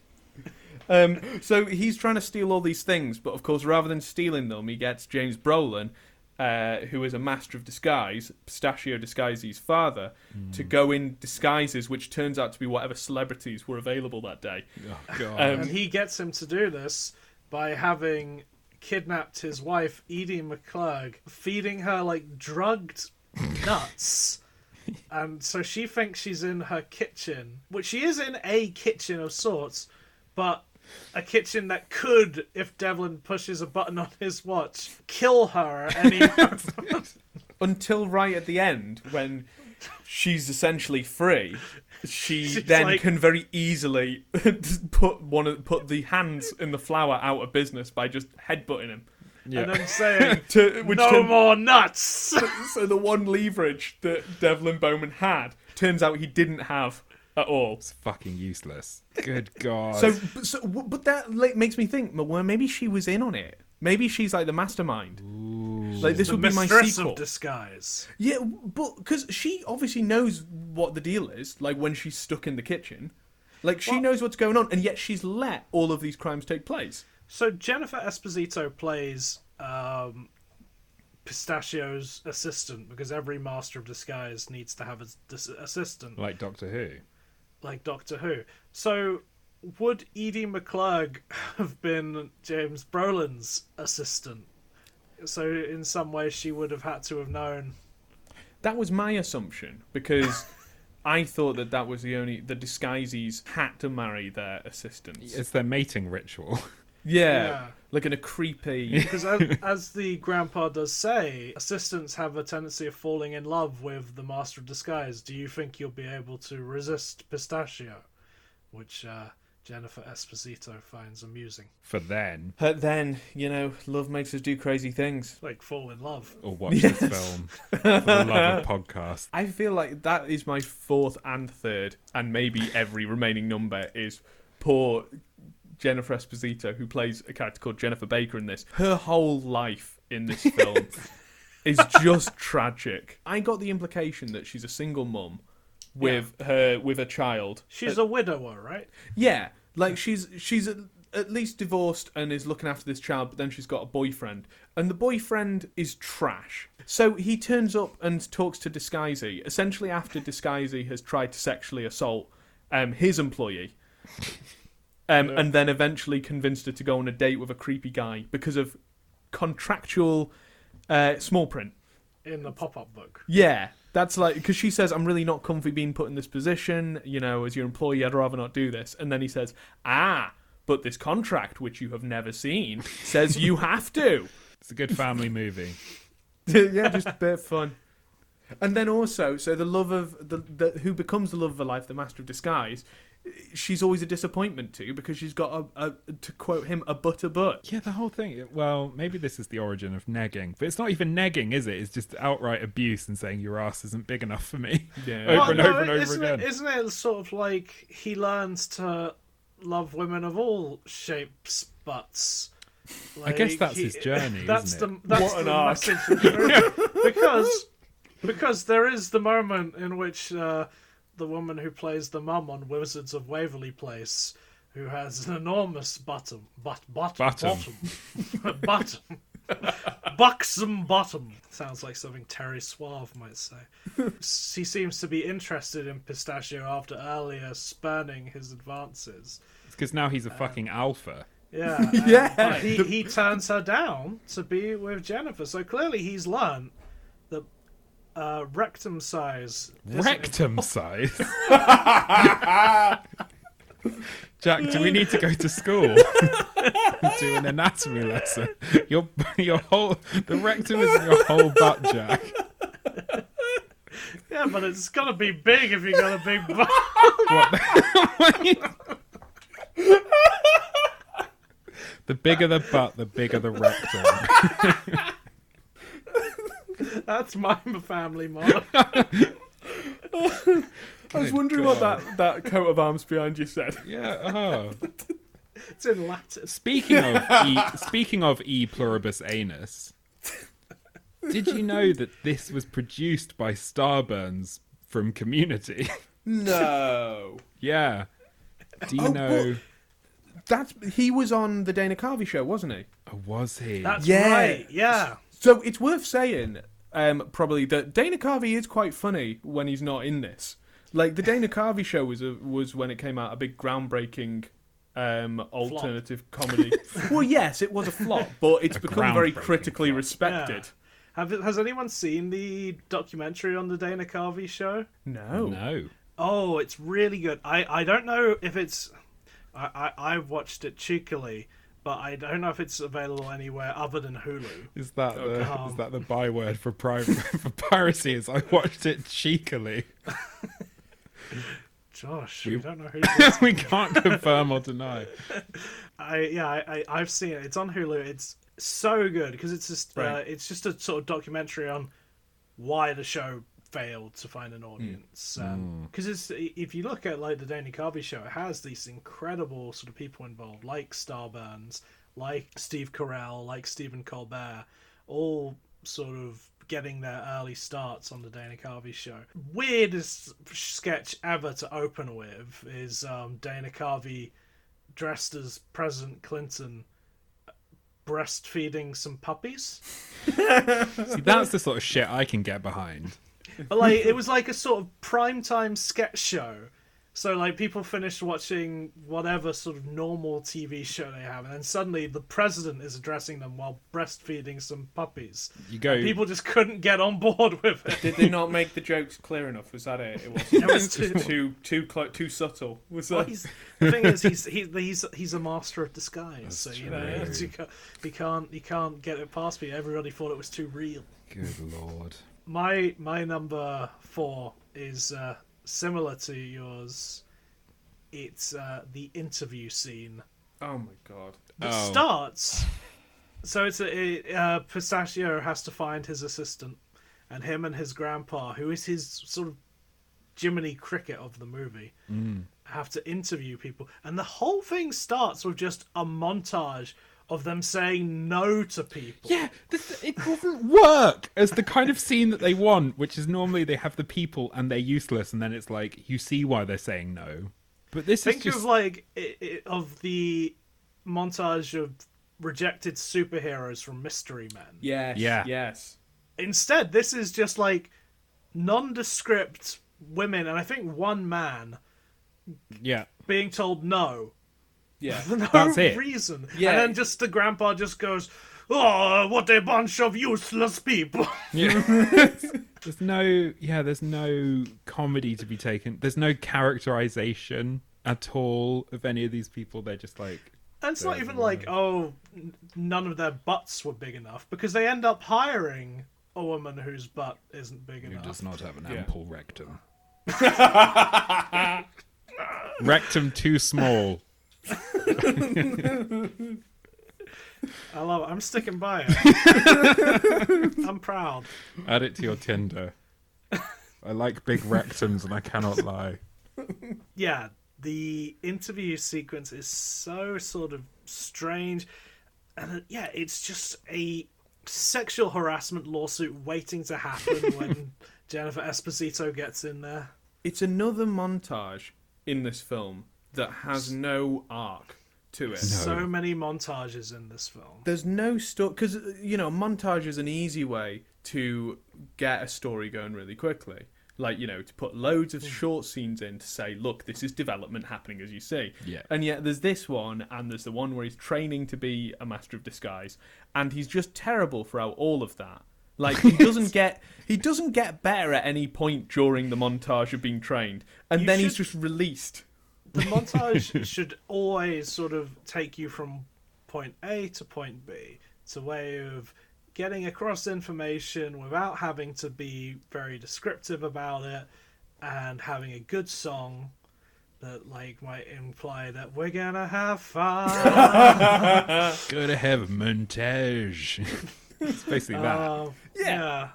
Um, so he's trying to steal all these things, but of course, rather than stealing them, he gets James Brolin, uh, who is a master of disguise, Pistachio Disguise's father, to go in disguises, which turns out to be whatever celebrities were available that day. Oh god. And he gets him to do this by having kidnapped his wife, Edie McClurg, feeding her like drugged nuts. and so she thinks she's in her kitchen, which she is in a kitchen of sorts, but a kitchen that could, if Devlin pushes a button on his watch, kill her at any *laughs* moment. Until right at the end, when she's essentially free, she She's then like- can very easily *laughs* put one of, put the hands in the flower out of business by just headbutting him. yeah. and I'm saying To, which no turn- more *laughs* nuts. *laughs* so the one leverage that Devlin Bowman had turns out he didn't have at all. It's fucking useless. Good *laughs* god. So, but- so w- but that like, makes me think. Well, maybe she was in on it. Maybe she's like the mastermind. Like this the would be my mistress sequel. of disguise. yeah, but because she obviously knows what the deal is. Like when she's stuck in the kitchen, like she knows what's going on, and yet she's let all of these crimes take place. So Jennifer Esposito plays um, Pistachio's assistant because every master of disguise needs to have a dis- assistant, like Doctor Who. like Doctor Who. So, would Edie McClurg *laughs* have been James Brolin's assistant? So, in some way, she would have had to have known. That was my assumption because I thought that that was the only the disguisees had to marry their assistants. It's their mating ritual. *laughs* Yeah, Yeah. like in a *laughs* creepy. Because as, as the grandpa does say, assistants have a tendency of falling in love with the master of disguise. Do you think you'll be able to resist Pistachio? Which uh, Jennifer Esposito finds amusing. For then, but then you know, love makes us do crazy things. Like, fall in love. or watch this film. For the *laughs* love of podcast. I feel like that is my fourth and third, and maybe every remaining number is poor Jennifer Esposito, who plays a character called Jennifer Baker in this. Her whole life in this film is just tragic. I got the implication that she's a single mum with her with a child. She's a widower, right? Yeah, like she's she's at, at least divorced and is looking after this child, but then she's got a boyfriend, and the boyfriend is trash. So he turns up and talks to Disguisey, essentially after Disguisey has tried to sexually assault um, his employee. Um, And then eventually convinced her to go on a date with a creepy guy because of contractual uh, small print. In the pop up book. Yeah, that's like because she says, "I'm really not comfy being put in this position." You know, as your employee, I'd rather not do this. And then he says, "Ah, but this contract, which you have never seen, says *laughs* you have to." It's a good family movie. yeah, just a bit of fun. And then also, so the love of the, the who becomes the love of her life, the master of disguise. She's always a disappointment to because she's got a, a to quote him a butter butt. Yeah, the whole thing. Well, maybe this is the origin of negging, but it's not even negging, is it? It's just outright abuse and saying your ass isn't big enough for me. Yeah. *laughs* over Well, and no, over and over isn't again. It, isn't it sort of like he learns to love women of all shapes, butts? Like, guess that's he- his journey, That's isn't the that's What an the arc. message of the movie. *laughs* because because there is the moment in which uh, the woman who plays the mum on Wizards of Waverly Place, who has an enormous bottom, but but Bottom. bottom, bottom. *laughs* Buxom bottom sounds like something Terry Suave might say. she seems to be interested in Pistachio after earlier spurning his advances. Because now Uh. he's a fucking alpha. *laughs* Yeah, and- Yeah. but he, he turns her down to be with Jennifer. So clearly he's learned that uh, rectum size. *laughs* isn't- Rectum size. Jack, do we need to go to school? do an anatomy lesson. Your your whole the rectum is your whole butt, Jack. *laughs* Yeah, but it's got to be big if you got a big butt. The bigger the butt, the bigger the rectum. *laughs* That's my family model. I was wondering what that, that coat of arms behind you said. Yeah. Oh. It's in Latin. Speaking of e, speaking of e pluribus anus, did you know that this was produced by Starburns from Community? No. yeah. Do you Oh, know? *laughs* That's he was on the Dana Carvey show, wasn't he? Oh, was he? That's Yeah. right. Yeah. So it's worth saying, um, probably that Dana Carvey is quite funny when he's not in this. Like the Dana Carvey show was a, was when it came out a big groundbreaking um, alternative *laughs* comedy. well, yes, it was a *laughs* flop, but it's become very groundbreaking critically flop. respected. Have, has anyone seen the documentary on the Dana Carvey show? No. No. Oh, it's really good. I, I don't know if it's. I, I, I watched it cheekily, but I don't know if it's available anywhere other than Hulu. Is that the Oh, come. is that the byword for, pri- *laughs* for piracy? Is I watched it cheekily. *laughs* Josh, we don't know *coughs* Hulu. we can't confirm or deny. I yeah, I, I I've seen it. It's on Hulu. It's so good because it's just uh, Right. it's just a sort of documentary on why the show failed to find an audience. Because it's if you look at like the Danny Carvey show, it has these incredible sort of people involved, like Starburns, like Steve Carell, like Stephen Colbert, all sort of getting their early starts on the Dana Carvey show. Weirdest sketch ever to open with is um, Dana Carvey dressed as President Clinton breastfeeding some puppies. See, that's the sort of shit I can get behind. But like it was like a sort of primetime sketch show. So like people finished watching whatever sort of normal TV show they have, and then suddenly the president is addressing them while breastfeeding some puppies. You go. People just couldn't get on board *laughs* with it. Did they not make the jokes clear enough? Was that it? It *laughs* wasn't. It was too- too too clo- too subtle. *laughs* Was Well, that? he's, the thing is, he's he, he's he's a master of disguise. so you know true. *laughs* you can't, you can't you can't get it past me. Everybody thought it was too real. Good lord. My my number four is uh, similar to yours. It's uh, the interview scene. Oh my god. It Oh. starts. So it's a, it, uh, Pistachio has to find his assistant, and him and his grandpa, who is his sort of Jiminy Cricket of the movie, have to interview people, and the whole thing starts with just a montage of them saying no to people. Yeah, this, it doesn't work as the kind of scene that they want, which is normally they have the people and they're useless, and then it's like you see why they're saying no. But this Think is just of like i i of the montage of rejected superheroes from Mystery Men. Yes. Yeah. Yes. instead this is just like nondescript women and i think one man yeah. being told no Yeah. *laughs* for no That's it. reason Yeah. and then just the grandpa just goes oh what a bunch of useless people There's no yeah, there's no comedy to be taken. There's no characterization at all of any of these people. They're just like *laughs* and it's not even like oh n- none of their butts were big enough because they end up hiring a woman whose butt isn't big who enough does not have an Yeah. ample *laughs* rectum. rectum too small. i love it i'm sticking by it i'm proud Add it to your Tinder. I like big rectums and I cannot lie. yeah, the interview sequence is so sort of strange, and uh, yeah, it's just a sexual harassment lawsuit waiting to happen when Jennifer Esposito gets in there. It's another montage in this film that has no arc to it. Oh. So many montages in this film. There's no story because you know montage is an easy way to get a story going really quickly. Like you know to put loads Hmm. of short scenes in to say, look, this is development happening as you see. Yeah. And yet there's this one, and there's the one where he's training to be a master of disguise, and he's just terrible throughout all of that. *laughs* Like he doesn't get he doesn't get better at any point during the montage of being trained, and You then he's should- just released. The montage should always sort of take you from point A to point B. It's a way of getting across information without having to be very descriptive about it and having a good song that like might imply that we're gonna have fun. Go to have montage. *laughs* it's basically that. Um, yeah.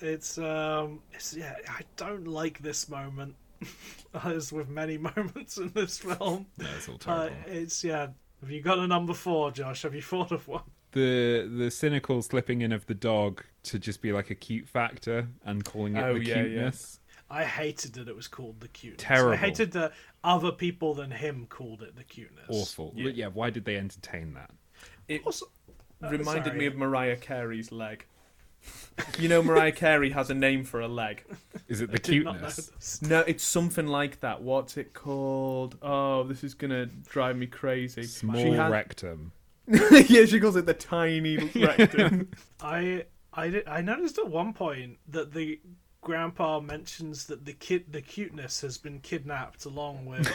It's um it's yeah, I don't like this moment. *laughs* As with many *laughs* moments in this film. That's all Uh, terrible. it's yeah. Have you got a number four, Josh? Have you *laughs* thought of one? the the cynical slipping in of the dog to just be like a cute factor and calling it Oh, the yeah, yeah. cuteness. I hated that it was called the cuteness. Terrible. I hated that other people than him called it the cuteness. Awful. Yeah. yeah, why did they entertain that? It Also, reminded sorry. me of Mariah Carey's leg. You know Mariah Carey has a name for a leg. Is it the did not know cuteness? this. No, it's something like that. What's it called? Oh, this is gonna drive me crazy. Small She had- rectum. *laughs* *laughs* yeah, she calls it the tiny rectum. I I did, I noticed at one point that the grandpa mentions that the kid the cuteness has been kidnapped along with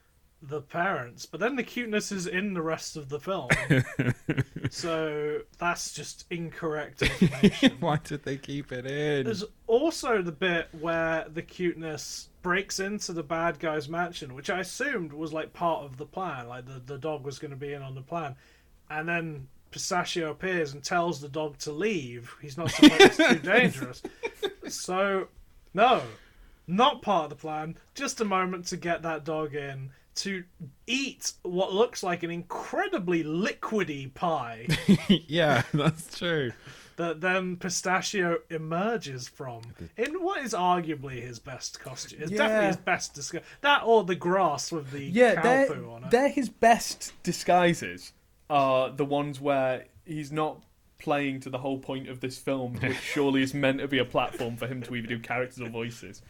*laughs* the parents, but then the cuteness is in the rest of the *laughs* film. so that's just *laughs* incorrect information. why did they keep it in? There's also the bit where the cuteness breaks into the bad guy's mansion, which I assumed was like part of the plan, like the, the dog was going to be in on the plan. And then Pistachio appears and tells the dog to leave. He's not supposed it's too dangerous. So, no, not part of the plan. Just a moment to get that dog in to eat what looks like an incredibly liquidy pie *laughs* yeah, that's true. that then Pistachio emerges from in what is arguably his best costume. It's definitely Yeah. his best disguise. That or the grass with the yeah, cow they're, poo on it. they're his best disguises. are the ones where he's not playing to the whole point of *laughs* this film, which surely is meant to be a platform for him to either do characters or voices.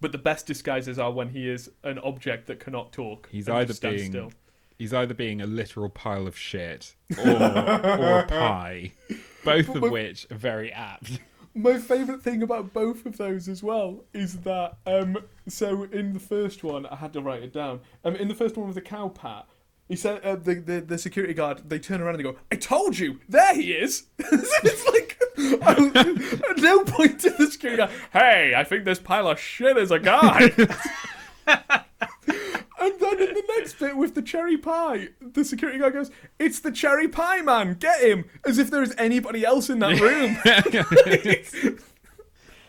But the best disguises are when he is an object that cannot talk. He's and just either stands being still. he's either being a literal pile of *laughs* shit or, or pie, both of which are very *laughs* apt. *laughs* My favourite thing about both of those as well is that um so in the first one I had to write it down. Um in the first one with the cow pat, he said uh, the, the the security guard they turn around and they go, I told you, there he is *laughs* So It's like I- at no point did the security guard, Hey, I think this pile of shit is a guy *laughs* And then in the next bit with the cherry pie, the security guy goes, It's the cherry pie man, get him as if there is anybody else in that room.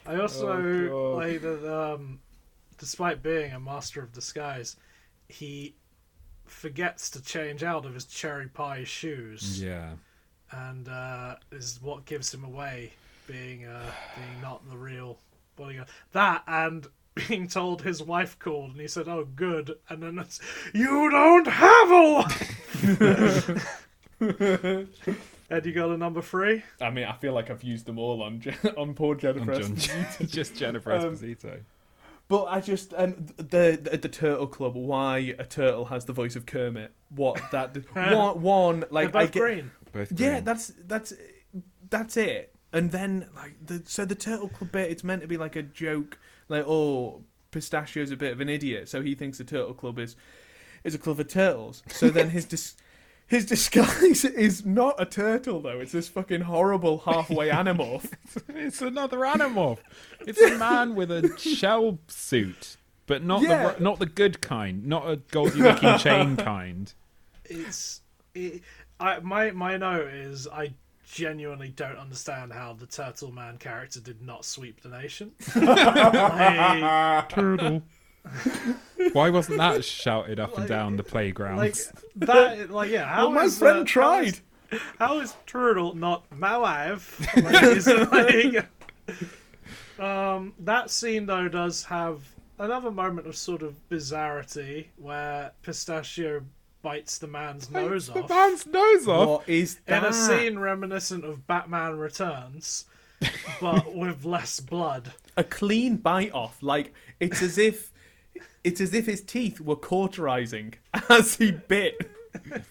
I also Oh, God. like that. Um, despite being a master of disguise, he forgets to change out of his cherry pie shoes, Yeah. and uh, is what gives him away, being uh, being not the real bodyguard. That and *coughs* being told his wife called, and he said, "Oh, good," and then it's, you don't have a wife. *laughs* Ed, you got a number three. I mean, I feel like I've used them all on Je- *laughs* on poor Jennifer. I'm John, *laughs* Aniston. just Jennifer Um, Esposito. But I just um, th- the, the the Turtle Club. Why a turtle has the voice of Kermit? What *laughs* that one, one They're like I both get, green. Both yeah, green. that's that's that's it. And then like the so the Turtle Club bit, it's meant to be like a joke, like oh Pistachio's a bit of an idiot, so he thinks the Turtle Club is is a club of turtles. *laughs* So then his dis- his disguise *laughs* is not a turtle though; it's this fucking horrible *laughs* halfway animorph. It's another animorph. It's a man with a shell suit, but not Yeah. the the not the good kind, not a Goldie looking chain kind. it's it, I my my note is I genuinely don't understand how the Turtle Man character did not sweep the nation. *laughs* like, Turtle. Why wasn't that shouted up and down the playgrounds? like that, like yeah. How Well, my is, friend uh, tried. How is, how is Turtle not my *laughs* wife? Like, is it like- um, that scene though does have another moment of sort of bizarrity where Pistachio bites the man's nose the off. man's Ah. nose off. What is in that? a scene reminiscent of Batman Returns, *laughs* but with less blood. a clean bite off. Like it's as if it's as if his teeth were cauterizing *laughs* as he bit.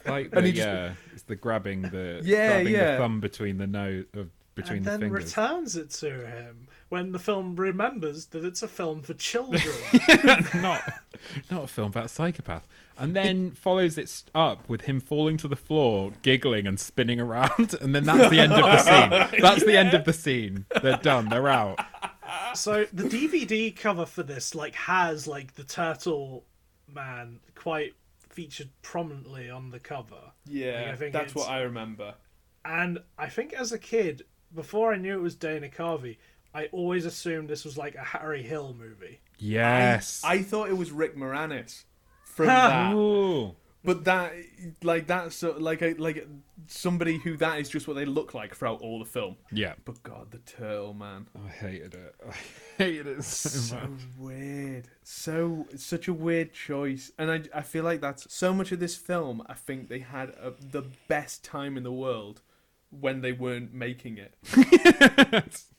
Like And the- he just- yeah, it's the grabbing the Yeah, grabbing yeah. the thumb between the nose of between and the then fingers. returns it to him when the film remembers that it's a film for *laughs* children. not not a film about a psychopath. And then follows it up with him falling to the floor, giggling and spinning around, *laughs* and then that's the end of the *laughs* scene. That's the end of the scene. They're done. They're out. so the DVD cover for this like has like the turtle man quite featured prominently on the cover. Like, I think it's- I remember. And I think as a kid, before I knew it was Dana Carvey, I always assumed this was like a Harry Hill movie. Yes. I thought it was Rick Moranis from that, Ooh. but that like that's so, like a, like somebody who that is just what they look like throughout all the film. Yeah. But God, the turtle man, I hated it. I hated it so *laughs* so much. weird, so such a weird choice. And I I feel like that's so much of this film. I think they had a, the best time in the world when they weren't *laughs* making it.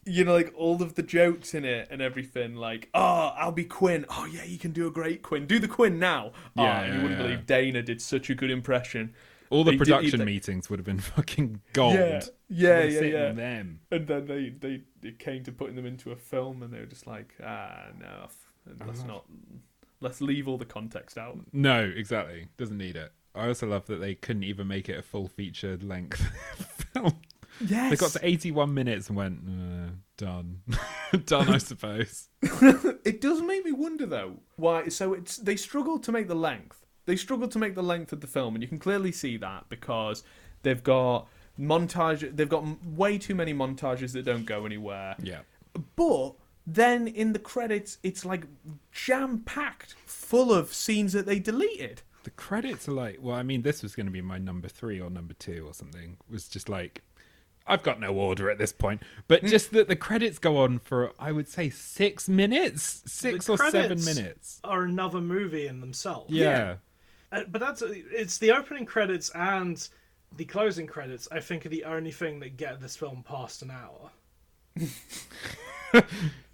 you know, like all of the jokes in it and everything. Like, oh, I'll be Quinn. Oh yeah, you can do a great Quinn. Do the Quinn now. oh, Yeah, and yeah, you wouldn't yeah. believe Dana did such a good impression. All the He did- he production did- meetings would have been fucking gold. Yeah, yeah, Would've yeah, seen yeah. Them. And then they, they it came to putting them into a film, and they were just like, ah, no, f- let's not, let's leave all the context out. No, exactly. Doesn't need it. I also love that they couldn't even make it a full featured length *laughs* film. Yes, They got to 81 minutes and went, uh, done. *laughs* done, I suppose. *coughs* It does make me wonder though why. So it's they struggled to make the length. They struggled to make the length of the film, and you can clearly see that because they've got montage. They've got m- way too many montages that don't go anywhere. Yeah. But then in the credits, it's like jam packed, full of scenes that they deleted. The credits are like, well, I mean, this was going to be my number three or number two or something. was just like, I've got no order at this point. But just that the credits go on for, I would say, six minutes, six The or seven credits minutes. are another movie in themselves. Yeah. Uh, but that's it's the opening credits and the closing credits, I think, are the only thing that get this film past an hour.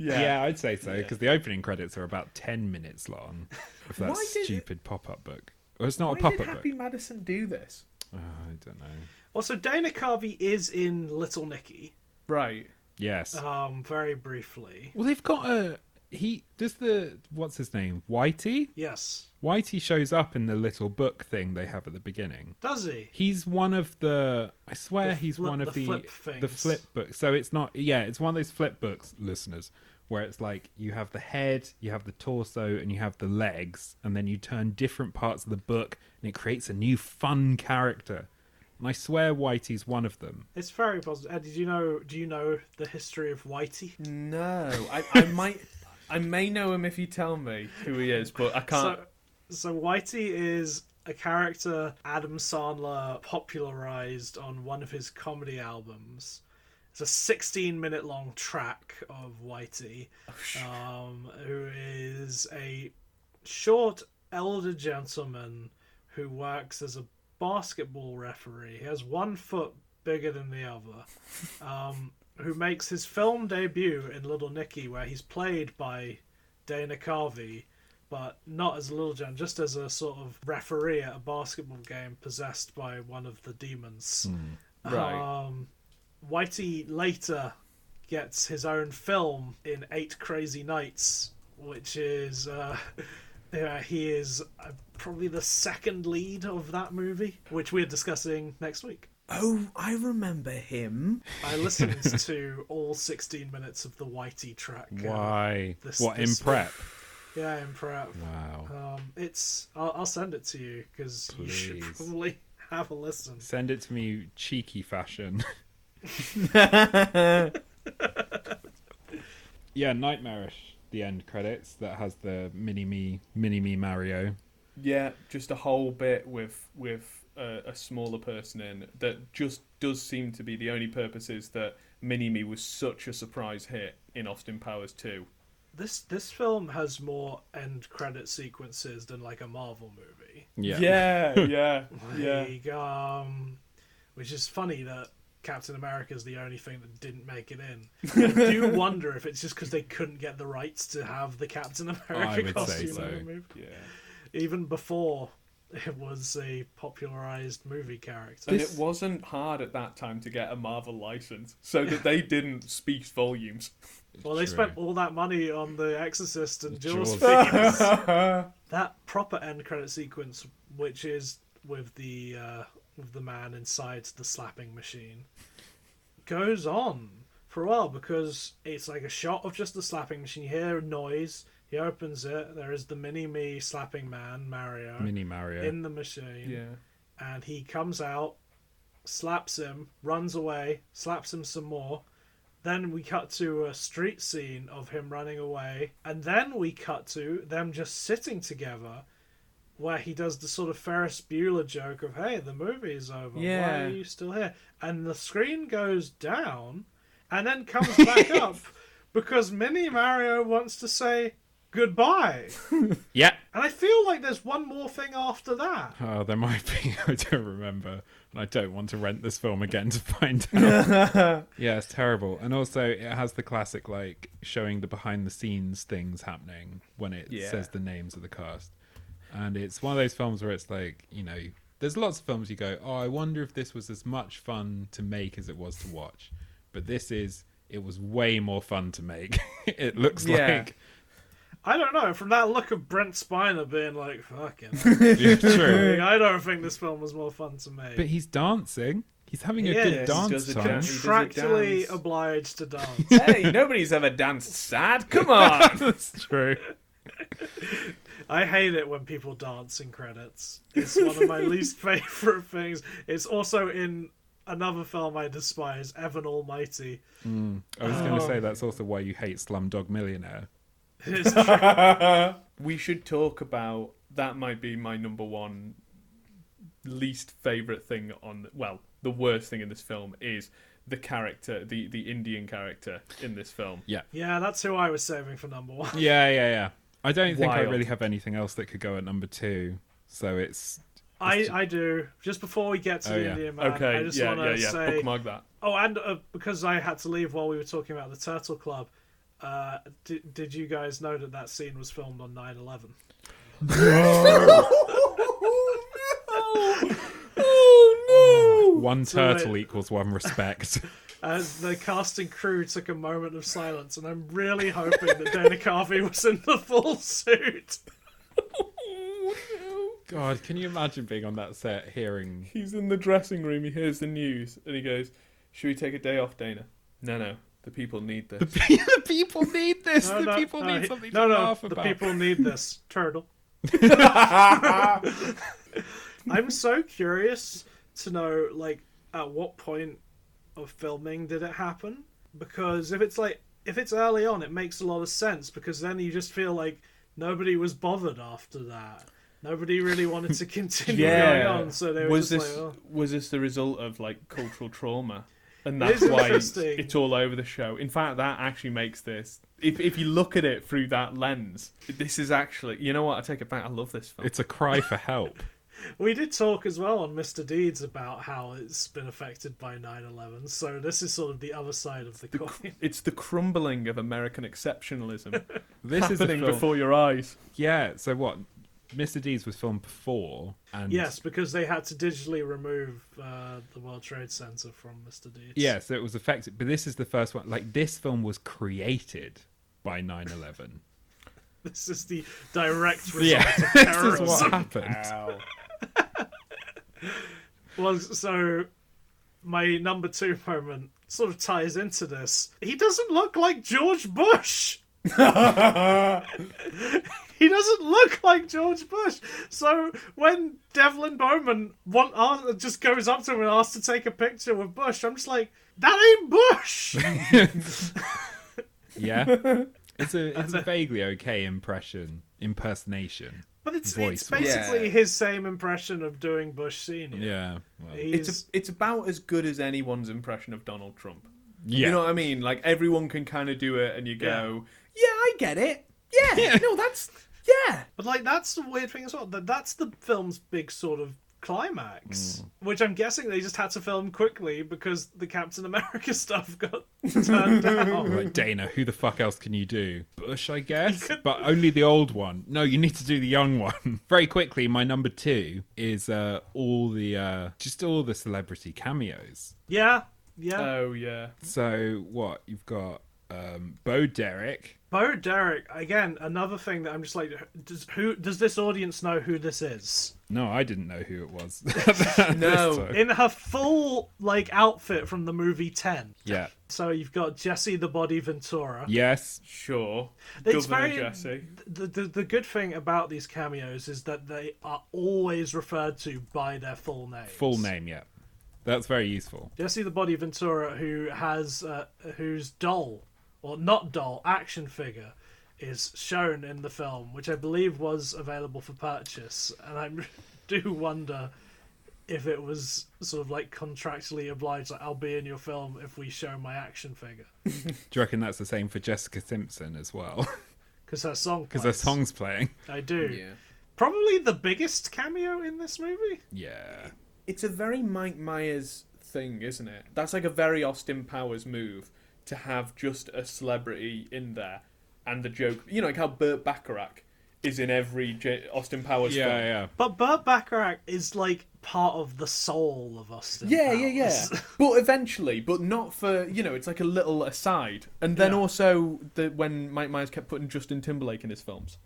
Yeah, I'd say so because the opening credits are about ten minutes long of that Why did it- stupid pop-up book. Well, it's not a Why did pop-up Happy book. Madison do this? Oh, I don't know. Also, Dana Carvey is in Little Nicky, Right. Yes. um, very briefly. Well, they've got a he. Does the what's his name? Whitey. Yes, Whitey shows up in the little book thing they have at the beginning. does he? He's one of the. I swear The he's flip- one of the the flip the things. flip book. So it's not. Yeah, it's one of those flip books, listeners, where it's like you have the head, you have the torso, and you have the legs, and then you turn different parts of the book, and it creates a new fun character. And I swear Whitey's one of them. It's very positive. Eddie, do you know? Do you know the history of Whitey? No, *laughs* I, I might, I may know him if you tell me who he is, but I can't. So, so Whitey is a character Adam Sandler popularized on one of his comedy albums. It's a 16 minute long track of Whitey, um, who is a short elder gentleman who works as a basketball referee. He has one foot bigger than the other. Um, who makes his film debut in Little Nicky, where he's played by Dana Carvey, but not as Little John, just as a sort of referee at a basketball game possessed by one of the demons. right. Um, Whitey later gets his own film in Eight Crazy Nights, which is uh, *laughs* yeah, he is uh, probably the second lead of that movie, which we're discussing next week. Oh, I remember him. I listened to all 16 minutes of the Whitey track. uh, Why? this- what this- *laughs* in prep? yeah, in prep. Wow. Um, it's. I'll, I'll send it to you because you should Please. probably *laughs* have a listen. Send it to me cheeky fashion. yeah, nightmarish. The end credits that has the mini me, mini me Mario. Yeah, just a whole bit with with a, a smaller person in that just does seem to be the only purpose is that Mini Me was such a surprise hit in Austin Powers Two. This this film has more end credit sequences than like a Marvel movie. yeah, *laughs* yeah, yeah. Like, um, which is funny that Captain America is the only thing that didn't make it in. I *laughs* do wonder if it's just because they couldn't get the rights to have the Captain America would say costume so. in the movie, yeah. even before it was a popularized movie character. And it wasn't hard at that time to get a Marvel license, so that they didn't speaks volumes. Well, they True. spent all that money on The Exorcist and Jaws Jaws. figures. *laughs* that proper end credit sequence, which is with the uh, with the man inside the slapping machine, goes on for a while because it's like a shot of just the slapping machine. You hear a noise. He opens it. There is the mini me slapping man Mario Mini Mario. in the machine, Yeah. and he comes out, slaps him, runs away, slaps him some more. Then we cut to a street scene of him running away, and then we cut to them just sitting together, where he does the sort of Ferris Bueller joke of "Hey, the movie's over. Why Yeah. are you still here?" And the screen goes down, and then comes back up because Mini Mario wants to say goodbye. yeah. And I feel like there's one more thing after that. Oh, there *laughs* might be. I don't remember. And I don't want to rent this film again to find out. yeah, it's terrible. And also, it has the classic, like, showing the behind the scenes things happening when it Yeah. says the names of the cast. And it's one of those films where it's like, you know, there's lots of films you go, oh, I wonder if this was as much fun to make as it was to watch. But this is, it was way more fun to make. *laughs* it looks Yeah. like. I don't know. From that look of Brent Spiner being like, "Fucking," Yeah, true. *laughs* I don't think this film was more fun to make. But he's dancing. He's having He a good is. dance Does a time. dance. He Contractually does a dance. obliged to dance. hey, nobody's ever danced sad. Come *laughs* *laughs* on. That's true. I hate it when people dance in credits. It's one of *laughs* my least favorite things. It's also in another film I despise, Evan Almighty. I was going to say that's also why you hate Slumdog Millionaire. *laughs* It's we should talk about that. Might be my number one least favorite thing on. Well, the worst thing in this film is the character, the the Indian character in this film. Yeah. yeah, that's who I was saving for number one. Yeah, yeah, yeah. I don't think I Wild. really have anything else that could go at number two. So it's I, I do. Just before we get to Oh, the yeah. Indian man, Okay, I just yeah, want yeah, to yeah. say. Bookmark *laughs* that. Oh, and uh, because I had to leave while we were talking about the Turtle Club, uh, did, did you guys know that that scene was filmed on 9 11? Oh One turtle wait. equals one *laughs* respect. Uh, the cast and crew took a moment of silence, and I'm really hoping that Dana Carvey *laughs* was in the full suit. God, can you imagine being on that set hearing? He's in the dressing room. He hears the news and he goes, "Should we take a day off, Dana?" No, no. The people need this. *laughs* the people need this. No, the no, people no, need he- something no, to no, laugh the about. people need this *laughs* turtle. I'm so curious to know, like, at what point of filming did it happen? Because if it's like, if it's early on, it makes a lot of sense because then you just feel like nobody was bothered after that. Nobody really wanted to *laughs* continue going on, so they were was just this like, oh. was this the result of like cultural trauma, and It is that's why it's, interesting. it's all over the show. In fact, that actually makes this. If if you look at it through that lens, this is actually. You know what? I take it back. I love this film. It's a cry for help. We did talk as well on Mr. Deeds about how it's been affected by 9 11, so this is sort of the other side of the coin. It's the crumbling of *laughs* American exceptionalism This is a happening film. before your eyes. Yeah. So what? Mr. Deeds was filmed before, and Yes, because they had to digitally remove uh, the World Trade Center from Mr. Deeds. yeah, so it was affected. But this is the first one. Like this film was created by *laughs* 9/11. This is the *laughs* direct result yeah, of this is terrorism. what happened. Well, so my number two moment sort of ties into this. He doesn't look like George *laughs* Bush. he doesn't look like George Bush. So when Devlin Bowman one uh, just goes up to him and asks to take a picture with Bush, I'm just like, that ain't Bush. *laughs* Yeah, it's a it's a vaguely okay impression impersonation. But it's Voice it's was- basically Yeah. his same impression of doing Bush Senior. Yeah, well, He's, It's a, it's about as good as anyone's impression of Donald Trump. yeah. You know what I mean? Like everyone can kind of do it, and you go, "Yeah, I get it. *laughs* Yeah, no, that's yeah." But like that's the weird thing as well. That that's the film's big sort of climax, Mm. which I'm guessing they just had to film quickly because the Captain America *laughs* stuff got turned *laughs* We're down. Like Dana, who the fuck else can you do? Bush, I guess, but only the old one. No, you need to do the young one *laughs* very quickly. My number two is uh, all the uh, just all the celebrity cameos. yeah, yeah. Oh yeah, So what you've got? Um, Bo Derek. Bo Derek again. Another thing that I'm just like, does who does this audience know who this is? No, I didn't know who it *laughs* was. *laughs* This No. time. In her full like outfit from the movie Ten. Yeah. So you've got Jesse the Body Ventura. Yes. sure. It's Governor very- Jesse. The, the the good thing about these cameos is that they are always referred to by their full name. Full name. Yeah. That's very useful. Jesse the Body Ventura, who has uh, whose doll or not doll action figure is shown in the film, which I believe was available for purchase, and I *laughs* do wonder if it was sort of like contractually obliged, like I'll be in your film if we show my action figure, Do you reckon that's the same for Jessica Simpson as well? *laughs* because her song Because because her song's playing. I do Yeah. probably the biggest cameo in this movie. Yeah. It's a very Mike Myers thing, isn't it? That's like a very Austin Powers move to have just a celebrity in there and the joke. You know, like how Burt Bacharach is in every J- Austin Powers Yeah. film. Yeah. But Burt Bacharach is like part of the soul of Austin. Yeah, yeah, yeah. Powers. *laughs* but eventually, but not for you know. It's like a little aside, and then Yeah. also the when Mike Myers kept putting Justin Timberlake in his films,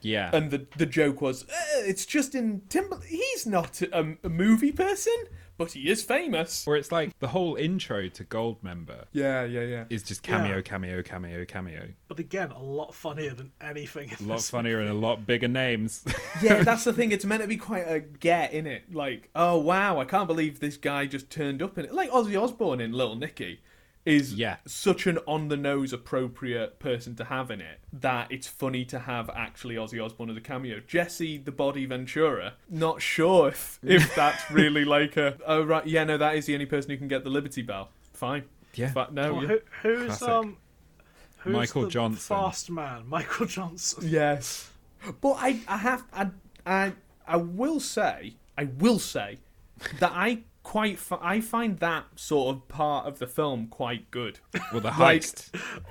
Yeah. and the the joke was, "Eh, it's Justin Timberlake. He's not a, a movie person, but he is famous. Where it's like the whole intro to Goldmember Yeah, yeah, yeah. is just cameo, Yeah. cameo, cameo, cameo. But again, a lot funnier than anything. A In lot this funnier and a lot bigger *laughs* names. yeah, that's the thing. It's meant to be quite a get in it. Like, oh wow, I can't believe this guy just turned up in it. Like Ozzy Osbourne in Little Nicky is Yeah. such an on the nose appropriate person to have in it that it's funny to have actually Ozzy Osbourne as a cameo. Jesse the Body Ventura, not *laughs* sure if, if that's really like a oh right, yeah, no, that is the only person who can get the Liberty Bell. Fine. Yeah. But no. Who, who's Classic. um? Who's Michael the Johnson. Fast man, *laughs* Michael Johnson. Yes. But I, I have I, I I will say I will say that I quite f- I find that sort of part of the film quite good. Well, the Like- heist.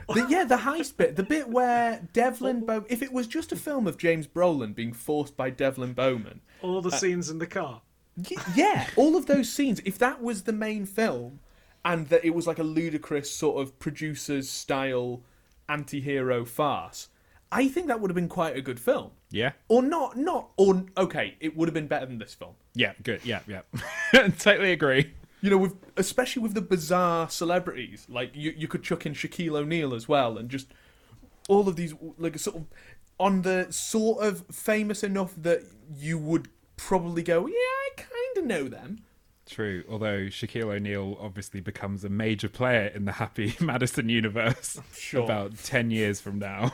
The- yeah, the heist bit, the bit where Devlin Bowman. If it was just a film of James Brolin being forced by Devlin Bowman, All Uh, the scenes in the car. Y- yeah, all of those scenes. If that was the main film, and that it was like a ludicrous sort of producers style anti-hero farce, I think that would have been quite a good film. yeah. Or not, not or okay, it would have been better than this film. Yeah. Good. Yeah. Yeah. *laughs* totally agree. You know, with especially with the bizarre celebrities, like you, you could chuck in Shaquille O'Neal as well, and just all of these like sort of on the sort of famous enough that you would probably go, yeah, I kind of know them. True. Although Shaquille O'Neal obviously becomes a major player in the Happy *laughs* Madison universe Sure. about ten years from now.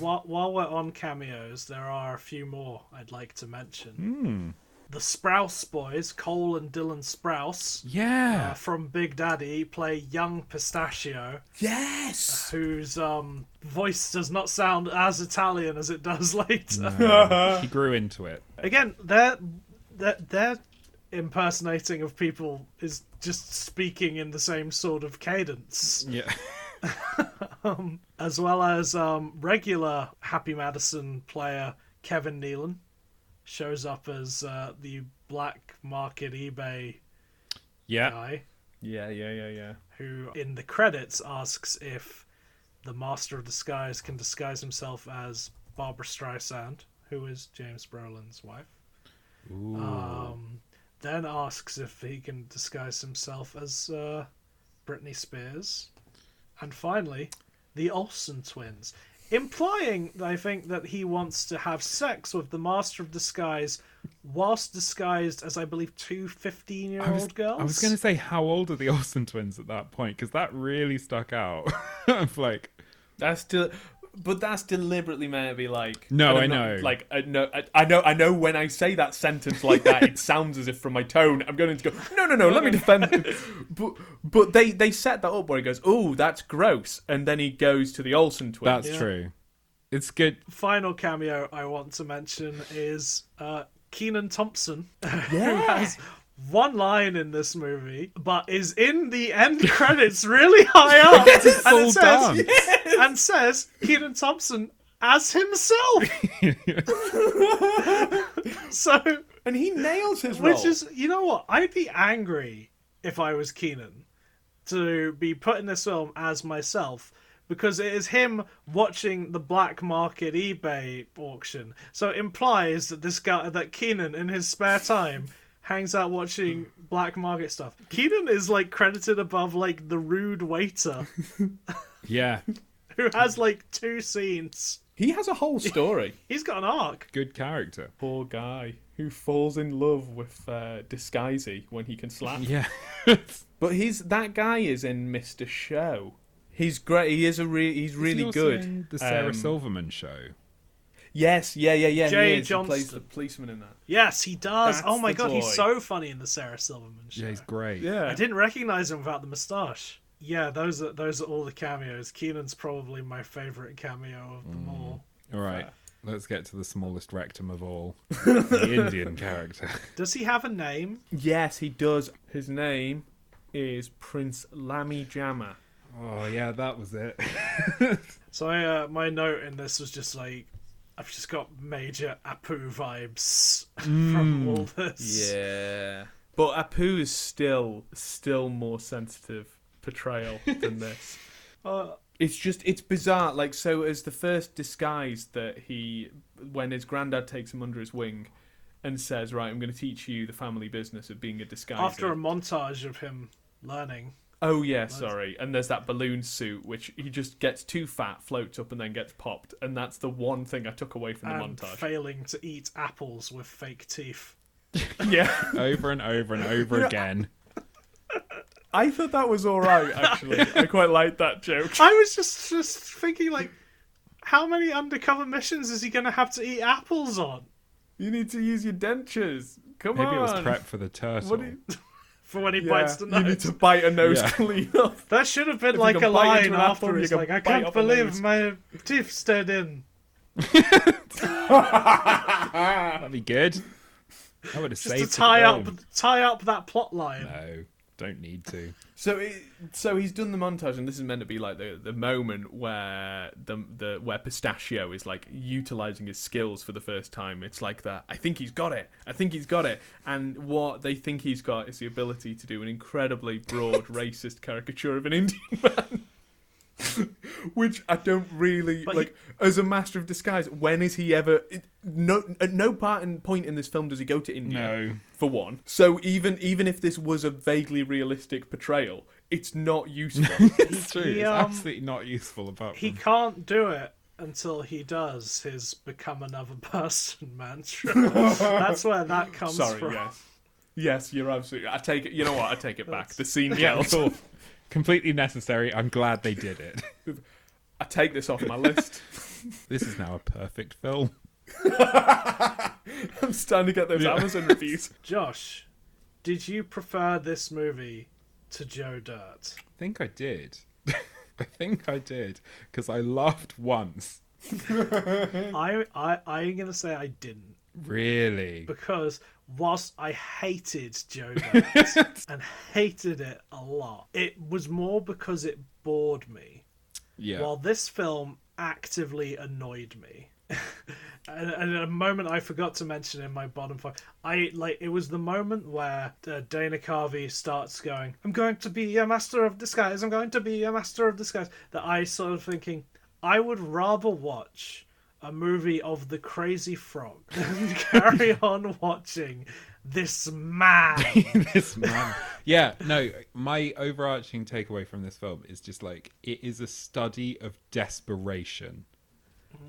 While, while we're on cameos, there are a few more I'd like to mention. Hmm. The Sprouse boys, Cole and Dylan Sprouse, uh, Yeah. from Big Daddy, play young Pistachio, Yes. whose um, voice does not sound as Italian as it does *laughs* later. Um, he grew into it. Again, their, their their impersonating of people is just speaking in the same sort of cadence. Yeah. as well as um, regular Happy Madison player Kevin Nealon shows up as uh, the black market eBay Yeah. guy Yeah, yeah, yeah, yeah. who, in the credits, asks if the Master of Disguise can disguise himself as Barbara Streisand, who is James Brolin's wife. Um, then asks if he can disguise himself as uh, Britney Spears. And finally, the Olsen twins, implying, I think, that he wants to have sex with the Master of Disguise whilst disguised as, I believe, two 15 year I was, old girls. I was going to say, how old are the Olsen twins at that point? Because that really stuck out. *laughs* I'm like, That's del- but that's deliberately meant to be like. No, and I'm I not- know. Like, I know, I, I know, I know. When I say that sentence like that, *laughs* it sounds as if from my tone, I'm going to go, no, no, no. Let me defend. but but they they set that up where he goes, oh, that's gross, and then he goes to the Olsen twins. that's true. It's good. Final cameo I want to mention is uh, Keenan Thompson, *laughs* who yeah. has one line in this movie, but is in the end credits really high up. and, full it dance. says, *laughs* and says Keenan Thompson as himself. *laughs* so, and he nails his which role. is, you know what? I'd be angry if I was Keenan to be put in this film as myself. Because it is him watching the black market eBay auction, so it implies that this guy, that Keenan, in his spare time, hangs out watching black market stuff. Keenan is like credited above like the rude waiter *laughs* Yeah. who has like two scenes. he has a whole story. He's got an arc. Good character. *laughs* Poor guy who falls in love with uh, Disguisey when he can slap. Yeah. *laughs* But he's that guy is in Mr. Show. He's great. He is a re- he's really good. the Sarah Um, Silverman show. Yes, yeah, yeah, yeah. Jay he is. He plays Johnston. the policeman in that. Yes, he does. That's oh my the god, boy. he's so funny in the Sarah Silverman show. Yeah, he's great. I didn't recognize him without the moustache. Yeah, those are those are all the cameos. Keenan's probably my favorite cameo of them Mm. all. All right. Let's get to the smallest rectum of all. the Indian character. Does he have a name? Yes, he does. His name is Prince Lamy Jammer. Oh, yeah, that was it. So I, uh, my note in this was just like, I've just got major Apu vibes *laughs* Mm. from all this. Yeah. But Apu is still still more sensitive *laughs* portrayal than this. Uh, It's just it's bizarre. Like so, as the first disguise that he, when his granddad takes him under his wing, and says, "Right, I'm going to teach you the family business of being a disguise." after a montage of him learning. oh yeah, sorry. And there's that balloon suit which he just gets too fat, floats up, and then gets popped. And that's the one thing I took away from the and montage. failing to eat apples with fake teeth. *laughs* yeah, over and over and over again. I thought that was all right *laughs* actually. I quite liked that joke. I was just just thinking like, how many undercover missions is he gonna have to eat apples on You need to use your dentures. Come Maybe on. it was prep for the turtle. What do you- for when he Yeah, bites the you nose? need to bite a nose Yeah. *laughs* clean up. That should have been you like can a bite line into an apple, afterwards. you can Like I bite can't off a believe nose." my teeth stayed in. That'd be good. I would have Just saved to tie the up film. tie up that plot line. No, don't need to. So, it, so he's done the montage, and this is meant to be like the the moment where the the where Pistachio is like utilizing his skills for the first time. It's like that. I think he's got it. I think he's got it. And what they think he's got is the ability to do an incredibly broad racist caricature of an Indian *laughs* man. Which I don't really But like. As a master of disguise, when is he ever? It, no, at no part and point in this film does he go to India No. for one. So even even if this was a vaguely realistic portrayal, it's not useful. *laughs* It's true. He, it's um, absolutely not useful apart He *laughs* from can't do it until he does his become another person *laughs* *laughs* mantra. That's where that comes Sorry, from. yes. Yes, you're absolutely. I take it. You know what? I take it back. The scene yeah, counts. cool. completely necessary. I'm glad they did it. *laughs* I take this off my list. *laughs* This is now a perfect film. I'm starting to get those Yeah. Amazon reviews. Josh, did you prefer this movie to Joe Dirt? I think I did. *laughs* I think I did because I laughed once. I, Mm. I I'm gonna say I didn't Really? because whilst I hated Joe Dirt and hated it a lot, it was more because it bored me. Yeah. While this film actively annoyed me. *laughs* and, and at a moment I forgot to mention in my bottom five, I like it was the moment where uh, Dana Carvey starts going, "I'm going to be a master of disguise. I'm going to be a master of disguise." That I sort of thinking, I would rather watch a movie of the Crazy Frog *laughs* than carry on watching this man. this man. Yeah, no, my overarching takeaway from this film is just like it is a study of desperation.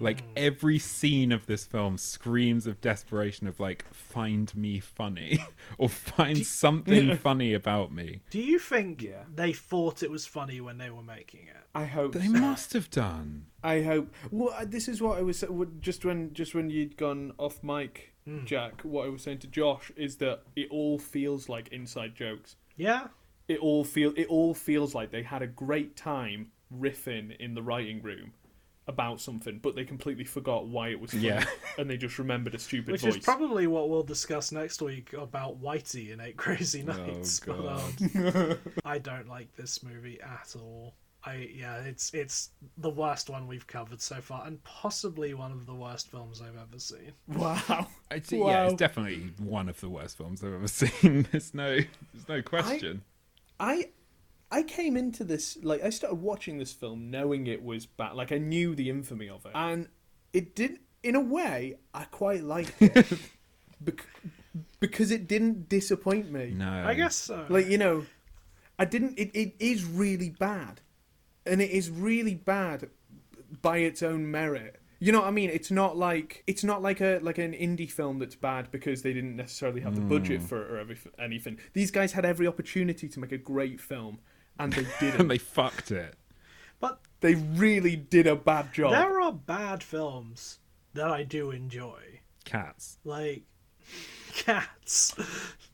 Like every scene of this film screams of desperation of like find me funny *laughs* or find something funny about me. Do you think Yeah. they thought it was funny when they were making it? I hope. They must have done. I hope. Well, I- this is what I was what- just when just when you'd gone off mic, Jack. What I was saying to Josh is that it all feels like inside jokes. Yeah. it all feel it all feels like they had a great time riffing in the writing room about something, but they completely forgot why it was funny, Yeah. *laughs* and they just remembered a stupid Which voice. is probably what we'll discuss next week about Whitey in Eight Crazy Nights. but, um, I don't like this movie at all. I yeah, it's it's the worst one we've covered so far, and possibly one of the worst films I've ever seen. *laughs* wow. It's, Yeah, it's Wow. definitely one of the worst films I've ever *laughs* seen. There's no there's no question. I I came into this like I started watching this film knowing it was bad. Like I knew the infamy of it, and it did. In a way, I quite liked it *laughs* Bec- because it didn't disappoint me. no. I guess so. like you know i didn't it, it is really bad and it is really bad by its own merit you know what i mean it's not like it's not like a like an indie film that's bad because they didn't necessarily have the Hmm. budget for it or every, anything these guys had every opportunity to make a great film and they *laughs* and *laughs* didn't they fucked it. but they really did a bad job there are bad films that I do enjoy, Cats. like *laughs* Cats.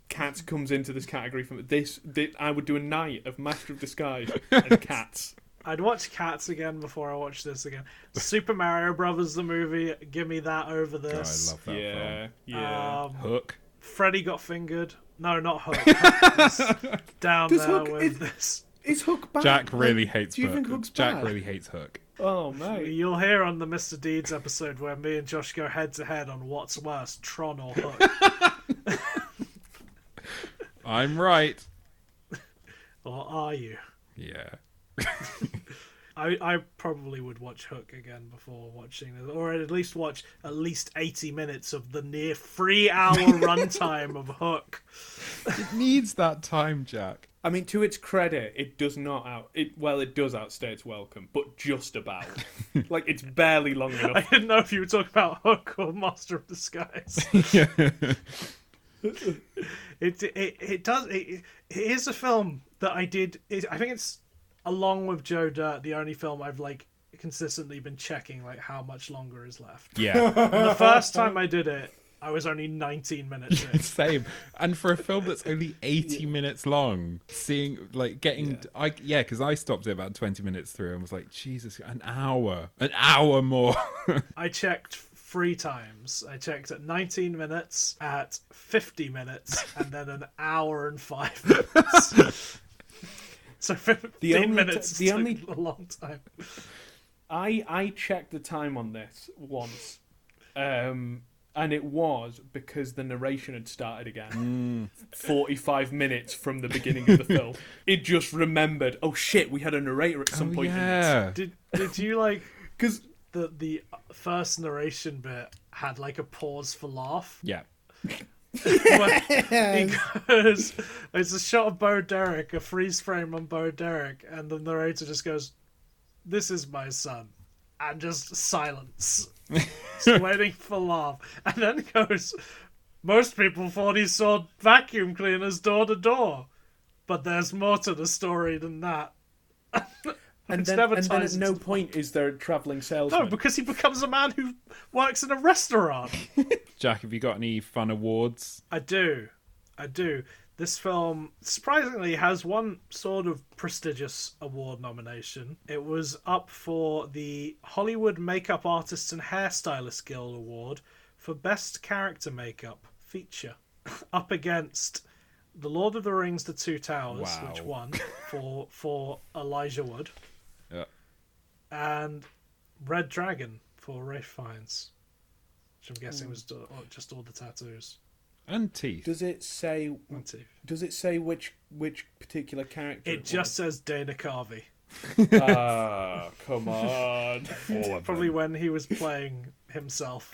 cats comes into this category from this, thi- i would do a night of master *laughs* of disguise and cats I'd watch Cats again before I watch this again. Super Mario Brothers the movie, give me that over Oh, I this. love that yeah yeah Um, film. Hook. Freddy got fingered. No, not Hook. Hook was down Does there Hook- with is- this. is hook bad Jack Like, really hates do you Hook. think hook's Jack bad? really hates Hook. oh mate You'll hear on the Mr. Deeds episode where me and Josh go head to head on what's worse, Tron or Hook. I'm right. or are you? Yeah. I, I probably would watch Hook again before watching this, or at least watch at least 80 minutes of the near three hour runtime of Hook. It needs that time, *laughs* Jack. I mean, to its credit, it does not out. It well, it does outstay its welcome, but *laughs* just about. like it's barely long I enough. didn't know if you were talking about Hook or Master of Disguise. It it, it does it, it is a film that I did. It, I think it's along with Joe Dirt the only film I've like consistently been checking like how much longer is left. Yeah, And the *laughs* first time I did it, I was only 19 minutes in. *laughs* same. And for a film that's only 80 minutes long, seeing, like, getting. I, yeah, because I stopped it about 20 minutes through and was like, Jesus, an hour. An hour more. I checked three times. I checked at 19 minutes, at 50 minutes, and then an hour and *laughs* five minutes. so 15 The only minutes ti- the the only- a long time. I I checked the time on this once, um, and it was because the narration had started again, Mm. forty-five minutes from the beginning of the film. *laughs* It just remembered. Oh shit! We had a narrator at *laughs* some Oh, point. yeah. Did, did you like Because the, the first narration bit had like a pause for laugh? *laughs* Yeah. because it's a shot of Bo Derek, a freeze frame on Bo Derek, and the narrator just goes, "This is my son," and just silence, just waiting for laugh, and then goes, "Most people thought he sold vacuum cleaners door to door, but there's more to the story than that." and It's then, never and then at ties no into- point is there a traveling salesman. No, because he becomes a man who works in a restaurant. Jack, have you got any fun awards? I do. I do. This film surprisingly has one sort of prestigious award nomination. It was up for the Hollywood Makeup Artists and Hairstylists Guild Award for Best Character Makeup Feature, *laughs* up against The Lord of the Rings: The Two Towers, Wow. which won for for Elijah Wood, Yeah. and Red Dragon for Rafe Fiennes, which I'm guessing was d- just all the tattoos. And teeth. Does it say? and teeth. Does it say which which particular character? It just says Dana Carvey. *laughs* was? ah, come on. All of Probably when he was playing *laughs* himself.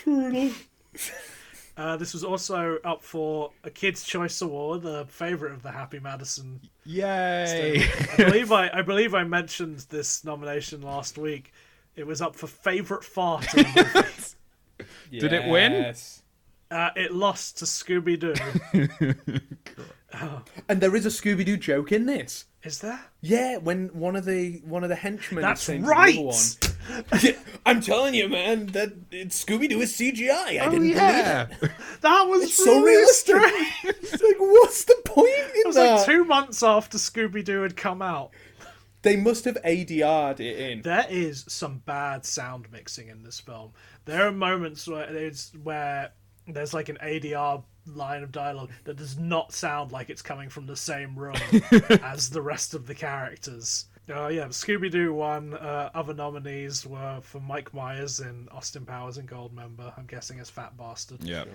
Uh, this was also up for a Kids' Choice Award, the favourite of the Happy Madison. Yay! I believe I, I believe I mentioned this nomination last week. It was up for favourite fart. *laughs* Did it win? Yes. uh, it lost to Scooby Doo. And there is a Scooby Doo joke in this. Is there? Yeah, when one of the one of the henchmen. That's sings right. another one. I'm telling you, man, that it's Scooby Doo is CGI. I Oh, *laughs* didn't yeah. That was It's so realistic. strange. It's *laughs* like, what's the point in It was that? like two months after Scooby Doo had come out. They must have ADR'd it in. There is some bad sound mixing in this film. There are moments where it's where there's like an ADR line of dialogue that does not sound like it's coming from the same room as the rest of the characters. Oh yeah, Scooby Doo won. Uh, other nominees were for Mike Myers in Austin Powers and Goldmember. I'm guessing as Fat Bastard. yeah.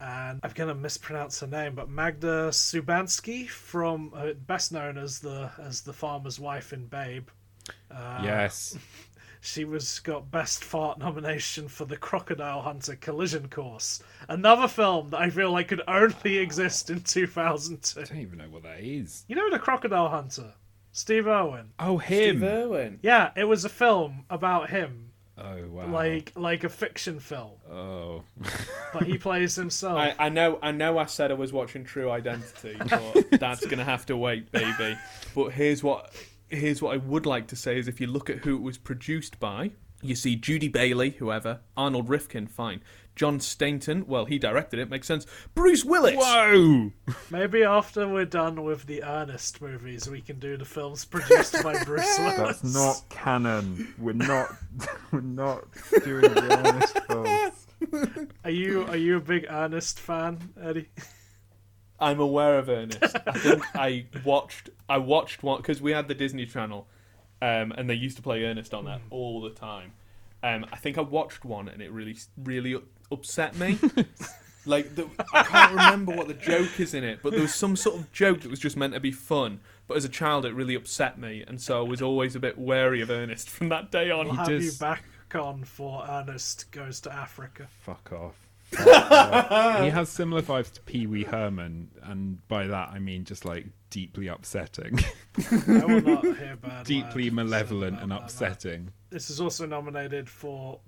And I'm gonna mispronounce her name, but Magda Subansky from uh, best known as the as the farmer's wife in Babe. yes. She was got best fart nomination for the Crocodile Hunter Collision Course, another film that I feel like could only *laughs* exist in 2002. I don't even know what that is. You know the Crocodile Hunter, Steve Irwin. Oh, him. Steve Irwin. Yeah, it was a film about him, Oh wow. like like a fiction film, Oh. but he plays himself. I, I know, I know. I said I was watching True Identity, but that's gonna have to wait, baby. But here's what, here's what I would like to say is, if you look at who it was produced by, you see Judy Bailey, whoever, Arnold Rifkin, fine, John Stainton, well, he directed it, makes sense. Bruce Willis, Whoa. Maybe after we're done with the Ernest movies, we can do the films produced by Bruce Willis. *laughs* That's not canon. We're not. *laughs* We're not doing the honest films. Are you are you a big Ernest fan, Eddie? I'm aware of Ernest. I think I watched, I watched one because we had the Disney Channel, um, and they used to play Ernest on that all the time. Um, I think I watched one, and it really, really u- upset me. Like the, I can't remember what the joke is in it, but there was some sort of joke that was just meant to be fun. But as a child, it really upset me, and so I was always a bit wary of Ernest from that day on. I'll have you does- back on for Ernest goes to Africa. Fuck off. he has similar vibes to Pee Wee Herman, and by that I mean just like deeply upsetting, *laughs* I will not hear bad deeply words malevolent said and about that man. upsetting. This is also nominated for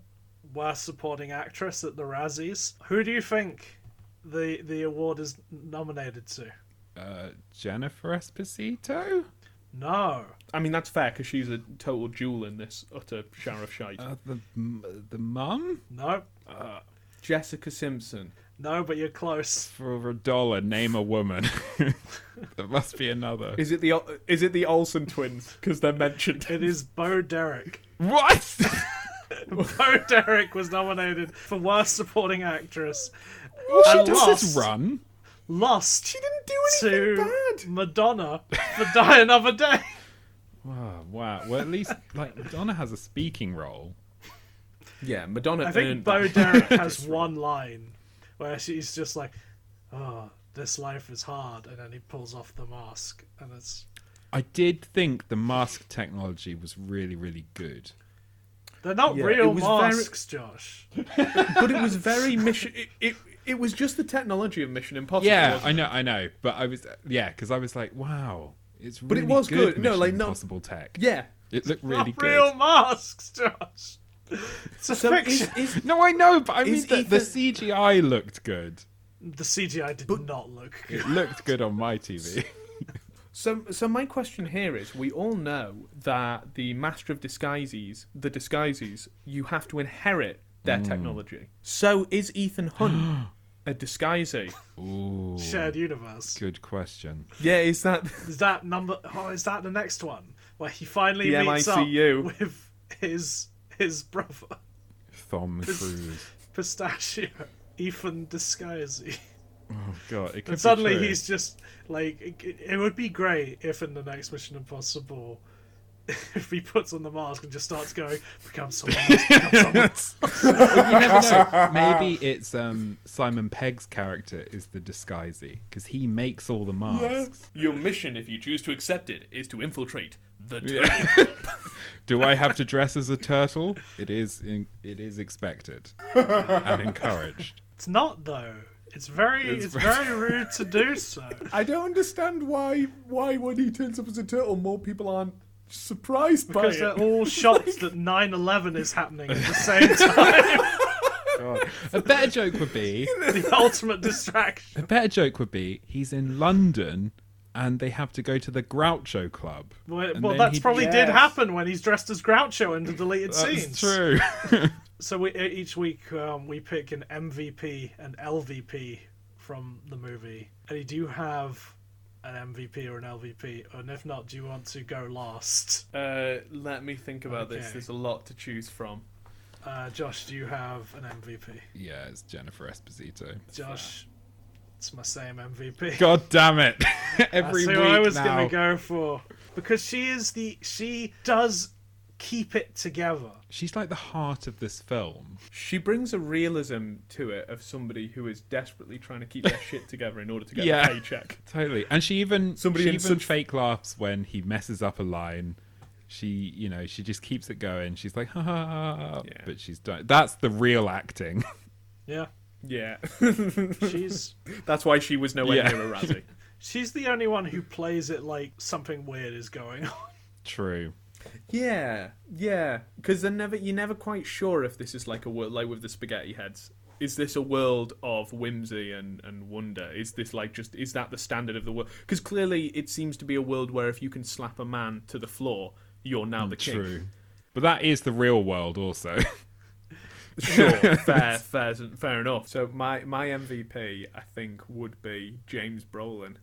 Worst Supporting Actress at the Razzies. Who do you think the the award is nominated to? Uh, Jennifer Esposito? No, I mean, that's fair because she's a total jewel in this utter shower of shite. Uh, the m- the mum no, Jessica Simpson. no, but you're close. for a dollar. Name a *laughs* woman. there must be another. Is it the Ol- is it the Olsen twins because they're mentioned? *laughs* It is Bo Derek. What? *laughs* Bo Derek was nominated for Worst Supporting Actress. All she and does is lost. run. Lost She didn't do to anything bad. Madonna for Die Another Day. *laughs* Wow, Oh, wow. Well, at least like Madonna has a speaking role. Yeah, Madonna. I think earned *laughs* Bo that. Derek has one line where she's just like, "Oh, this life is hard," and then he pulls off the mask, and it's I did think the mask technology was really, really good. they're not Yeah, real it was very- masks, Josh. but it was very mission. It, it it was just the technology of Mission Impossible. Yeah, wasn't I know, I know. But I was, yeah, because I was like, wow, it's really it was good. good. No, Mission like, no- Impossible tech. it? yeah. it looked really Not good. real masks, Josh. It's a So is, fiction. is No, I know, but I mean Is the, the Ethan- CGI looked good. The CGI did not look good. It looked good on my *laughs* TV. so so my question here is: we all know that the Master of Disguises, the disguises, you have to inherit their technology. So is Ethan *gasps* Hunt a disguisee? Ooh, Shared universe. good question. Yeah, is that Is that number? Oh, is that the next one where he finally The meets MICU. up with his his brother *laughs* Thumb Cruise. Pistachio, Ethan Disguisey? Oh god, it could be And *laughs* suddenly true. he's just like, it, it would be great if in the next Mission Impossible, *laughs* if he puts on the mask and just starts going, become someone else, *laughs* become someone else." But you never know. *laughs* Maybe it's um, Simon Pegg's character is the disguisee because he makes all the masks. your mission? If you choose to accept it, is to infiltrate *laughs* the. Do I have to dress as a turtle? It is. In, it is expected and encouraged. It's not though. It's very, it's, very rude to do *laughs* so. I don't understand why why when he turns up as a turtle, more people aren't surprised Because by they're it. all shocked *laughs* that 9-11 is happening at the same time. A better joke would be. *laughs* *laughs* the ultimate distraction. A better joke would be he's in London and they have to go to the Groucho Club. Well, And well then that's he- probably did Yes. happen when he's dressed as Groucho in the deleted That's scenes. true. So we e- each week um, we pick an MVP and LVP from the movie. Eddie, do you have an MVP or an LVP? And if not, do you want to go last? Uh, let me think about this. Okay. There's a lot to choose from. Uh, Josh, do you have an MVP? yeah, it's Jennifer Esposito. Josh, it's my same MVP. God damn it! *laughs* Every That's who week I was now. gonna go for because she is the she does keep it together. She's like the heart of this film. She brings a realism to it of somebody who is desperately trying to keep their *laughs* shit together in order to get Yeah. a paycheck. Totally. And she even Somebody she in even such- fake laughs when he messes up a line. She, you know, she just keeps it going. She's like, ha ha ha, ha. Yeah. But she's done. That's the real acting. *laughs* Yeah, Yeah, *laughs* she's that's why she was nowhere Yeah. near a Razzie. she's the only one who plays it like something weird is going on. True. *laughs* Yeah, yeah, because they're never you're never quite sure if this is like a world like with the spaghetti heads. Is this a world of whimsy and, and wonder? Is this like just is that the standard of the world? Because clearly it seems to be a world where if you can slap a man to the floor, you're now the king. True. But that is the real world, also. *laughs* *laughs* Sure, fair, fair, fair enough. So my my MVP I think would be James Brolin.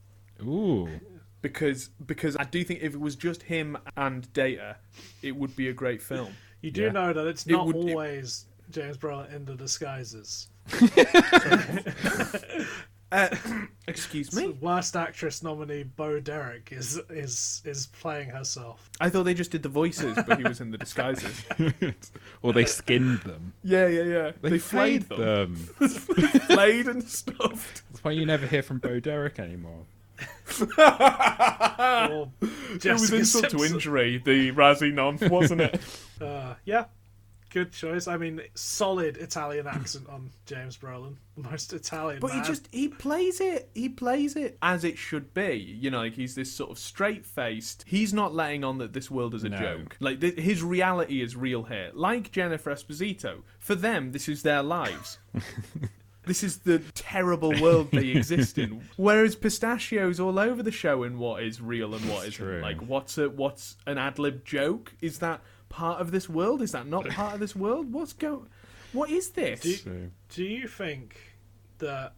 Ooh. *laughs* Because because I do think if it was just him and Data, it would be a great film. You do Yeah. know that it's not would- it- always James Brolin in the disguises. Uh, excuse The me. worst actress nominee Bo Derek is is is playing *laughs* herself. I thought they just did the voices, but he was *laughs* in the disguises. or they skinned them. yeah, yeah, yeah. They, flayed, flayed them, *laughs* flayed and stuffed. That's why you never hear from Bo Derek anymore. Or Jessica Ah. *laughs* it was insult Simpson. to injury. The Razzie nom, wasn't *laughs* it? Uh, yeah, good choice. I mean, solid Italian accent on James Brolin, *laughs* the most Italian. But he man. just he plays it he plays it as it should be. You know, like he's this sort of straight faced. He's not letting on that this world is a No. joke. Like th- his reality is real here. Like Jennifer Esposito, for them this is their lives. This is the terrible world they exist in. Whereas pistachios all over the show in what is real and what isn't. true. Like what's a what's an ad lib joke? Is that part of this world? Is that not part of this world? What's go? What is this? Do- True. Do you think that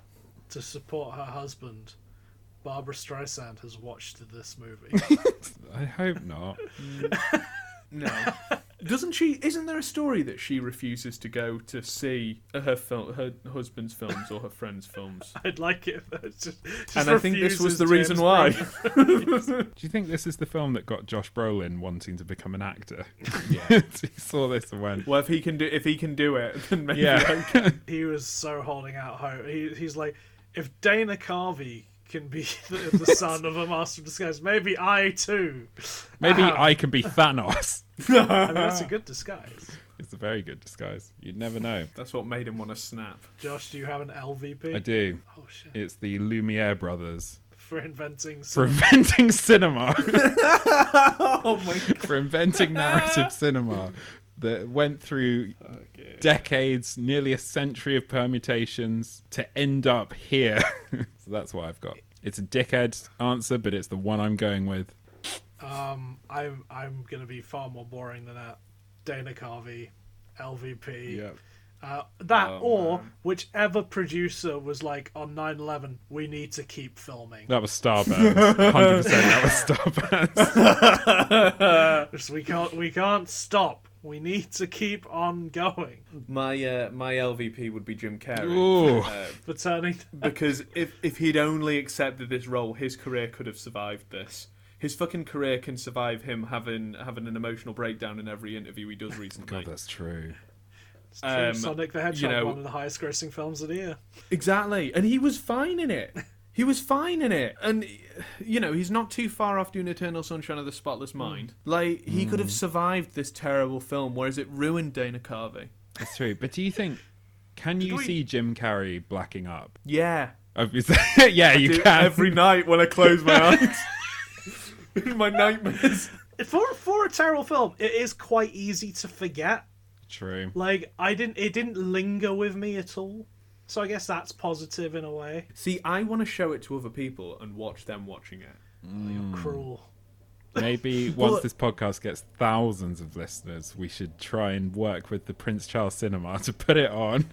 to support her husband, Barbara Streisand has watched this movie? I hope not. no. *laughs* Doesn't she? Isn't there a story that she refuses to go to see her fil- her husband's films or her *laughs* friend's films? *laughs* I'd like it. If that just, just and I think this refuses was the James reason why. Brown. Do you think this is the film that got Josh Brolin wanting to become an actor? Yeah. *laughs* he saw this and went, *laughs* well, if he can do if he can do it, then maybe yeah. He was so holding out hope. He, he's like, if Dana Carvey can be *laughs* the, the son of a master of disguise, maybe I too. Maybe I can be Thanos. *laughs* I mean, that's a good disguise. It's a very good disguise. You'd never know. *laughs* that's what made him want to snap. Josh, do you have an LVP? I do. Oh shit! It's the Lumiere brothers For inventing. for inventing *laughs* cinema, Oh my! for inventing *laughs* narrative cinema that went through decades, nearly a century of permutations to end up here. *laughs* so that's what I've got. It's a dickhead answer, but it's the one I'm going with. Um, I'm I'm gonna be far more boring than that. Dana Carvey, LVP. Uh, that or whichever producer was like on 9/11, we need to keep filming, That was Starburns. *laughs* 100% that was Starburns. Just we can't we can't stop. We need to keep on going. My uh, my LVP would be Jim Carrey Uh, Ooh. *laughs* For turning *laughs* because if if he'd only accepted this role, his career could have survived this. His fucking career can survive him having having an emotional breakdown in every interview he *laughs* does recently. God, that's true. Um, Sonic the Hedgehog, you know- one of the highest-grossing films of the year. Exactly, and he was fine in it. He was fine in it, and you know he's not too far off doing Eternal Sunshine of the Spotless Hmm. Mind. Like he could have survived this terrible film, whereas it ruined Dana Carvey. That's true. But do you think, can you we- see Jim Carrey blacking up? Yeah, Obviously. *laughs* yeah, you Do- can. every night when I close my *laughs* eyes. *laughs* in my nightmares. For for a terrible film, it is quite easy to forget. True. Like I didn't, it didn't linger with me at all. So I guess that's positive in a way. See, I want to show it to other people and watch them watching it. Hmm. Cruel. Maybe once this podcast gets thousands of listeners, we should try and work with the Prince Charles Cinema to put it on.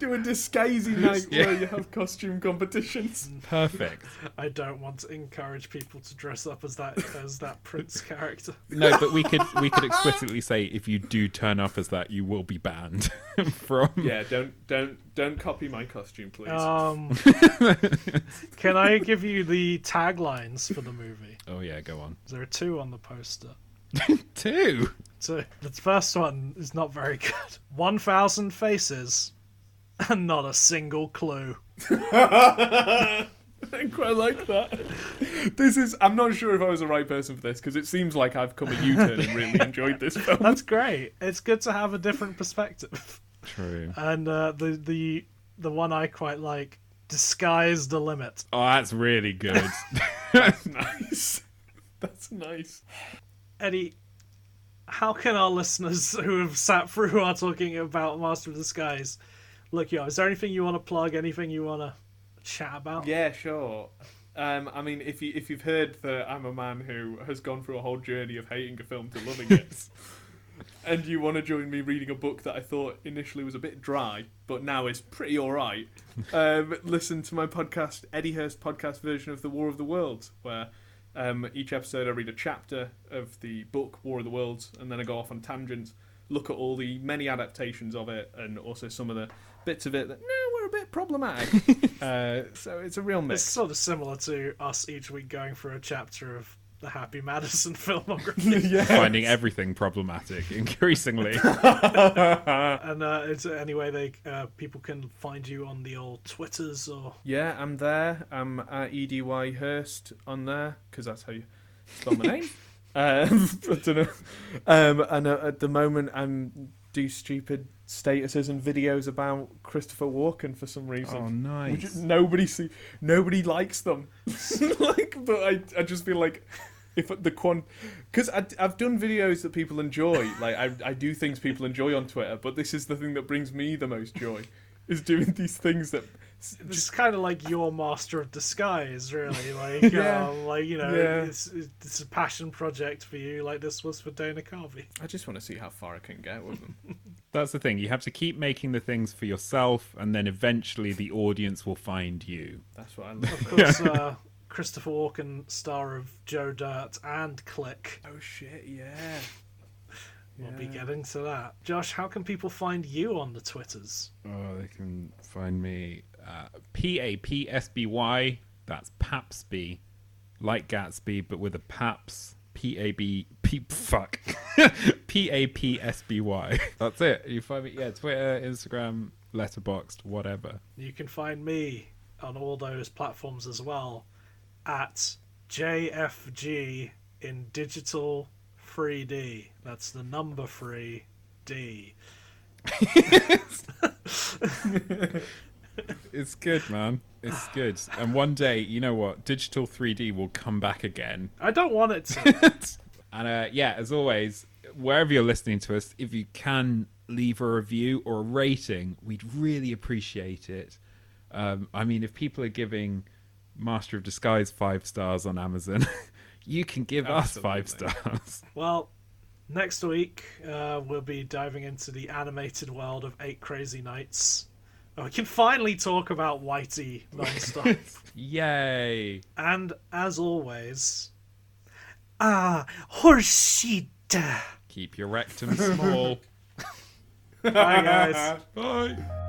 Do a disguisey night *laughs* Yeah. where you have *laughs* costume competitions. Perfect. I don't want to encourage people to dress up as that as *laughs* that prince character. No, but we could we could explicitly say if you do turn up as that, you will be banned *laughs* from. Yeah, don't don't don't copy my costume, please. *laughs* Um, can I give you the taglines for the movie? Oh yeah, go on. There are two on the poster. Two. So the first one is not very good. *laughs* One thousand faces, and not a single clue. I quite like that. This is. I'm not sure if I was the right person for this because it seems like I've come a U-turn and really enjoyed this film. That's great. It's good to have a different perspective. *laughs* True. And uh, the the the one I quite like, disguise the limit. Oh, that's really *laughs* good. nice. *laughs* That's nice. Eddie, how can our listeners *laughs* who have sat through who are talking about Master of the Skies look you up? Is there anything you want to plug? Anything you want to chat about? Yeah, sure. Um, I mean, if you if you've heard that I'm a man who has gone through a whole journey of hating a film to loving it, and you want to join me reading a book that I thought initially was a bit dry, but now is pretty all right, um, listen to my podcast, Eddie Hurst podcast version of the War of the Worlds, where um, each episode I read a chapter of the book War of the Worlds, and then I go off on tangents, look at all the many adaptations of it, and also some of the bits of it that no were a bit problematic. uh, so it's a real It's mix. sort of similar to us each week going through a chapter of the Happy Madison *laughs* filmography. yeah. Finding everything problematic *laughs* increasingly. and uh, it's, anyway, they uh, people can find you on the old Twitters or Yeah, I'm there. I'm at E EDY Hurst on there because that's how you spell *laughs* my name. Um, *laughs* I don't know. Um, and uh, at the moment, I'm do stupid statuses and videos about Christopher Walken for some reason. oh, Which nice. nobody see, nobody likes them. *laughs* like, but I, I just feel like if the quant, because I've done videos that people enjoy. Like, I, I do things people enjoy on Twitter, but this is the thing that brings me the most joy, is doing these things that It's kind of like your master of disguise, *laughs* really. Like, Yeah. um, like you know, Yeah. it's, it's a passion project for you, like this was for Dana Carvey. I just want to see how far I can get with them. That's the thing. You have to keep making the things for yourself, and then eventually the audience will find you. That's what I love. Of course, uh, Christopher Walken, star of Joe Dirt and Click, oh shit, yeah. We'll be getting to that. Josh, how can people find you on the Twitters? Oh, they can find me uh, P A P S B Y. That's Papsby, like Gatsby, but with a Paps. P A B P fuck. *laughs* P A P S B Y. That's it. You find me yeah, Twitter, Instagram, Letterboxd, whatever. You can find me on all those platforms as well at JFG in digital 3D. That's the number 3D. It's good, man. It's good. And one day, you know what? Digital 3D will come back again. I don't want it to. And uh, yeah, as always, wherever you're listening to us, if you can leave a review or a rating, we'd really appreciate it. Um, I mean, if people are giving Master of Disguise five stars on Amazon, *laughs* you can give us Absolutely. five stars. *laughs* well, next week uh, we'll be diving into the animated world of Eight Crazy Nights. And We can finally talk about Whitey nonstop. Yay! and as always, ah, horseshit. Keep your rectum small. *laughs* Bye, guys. Bye.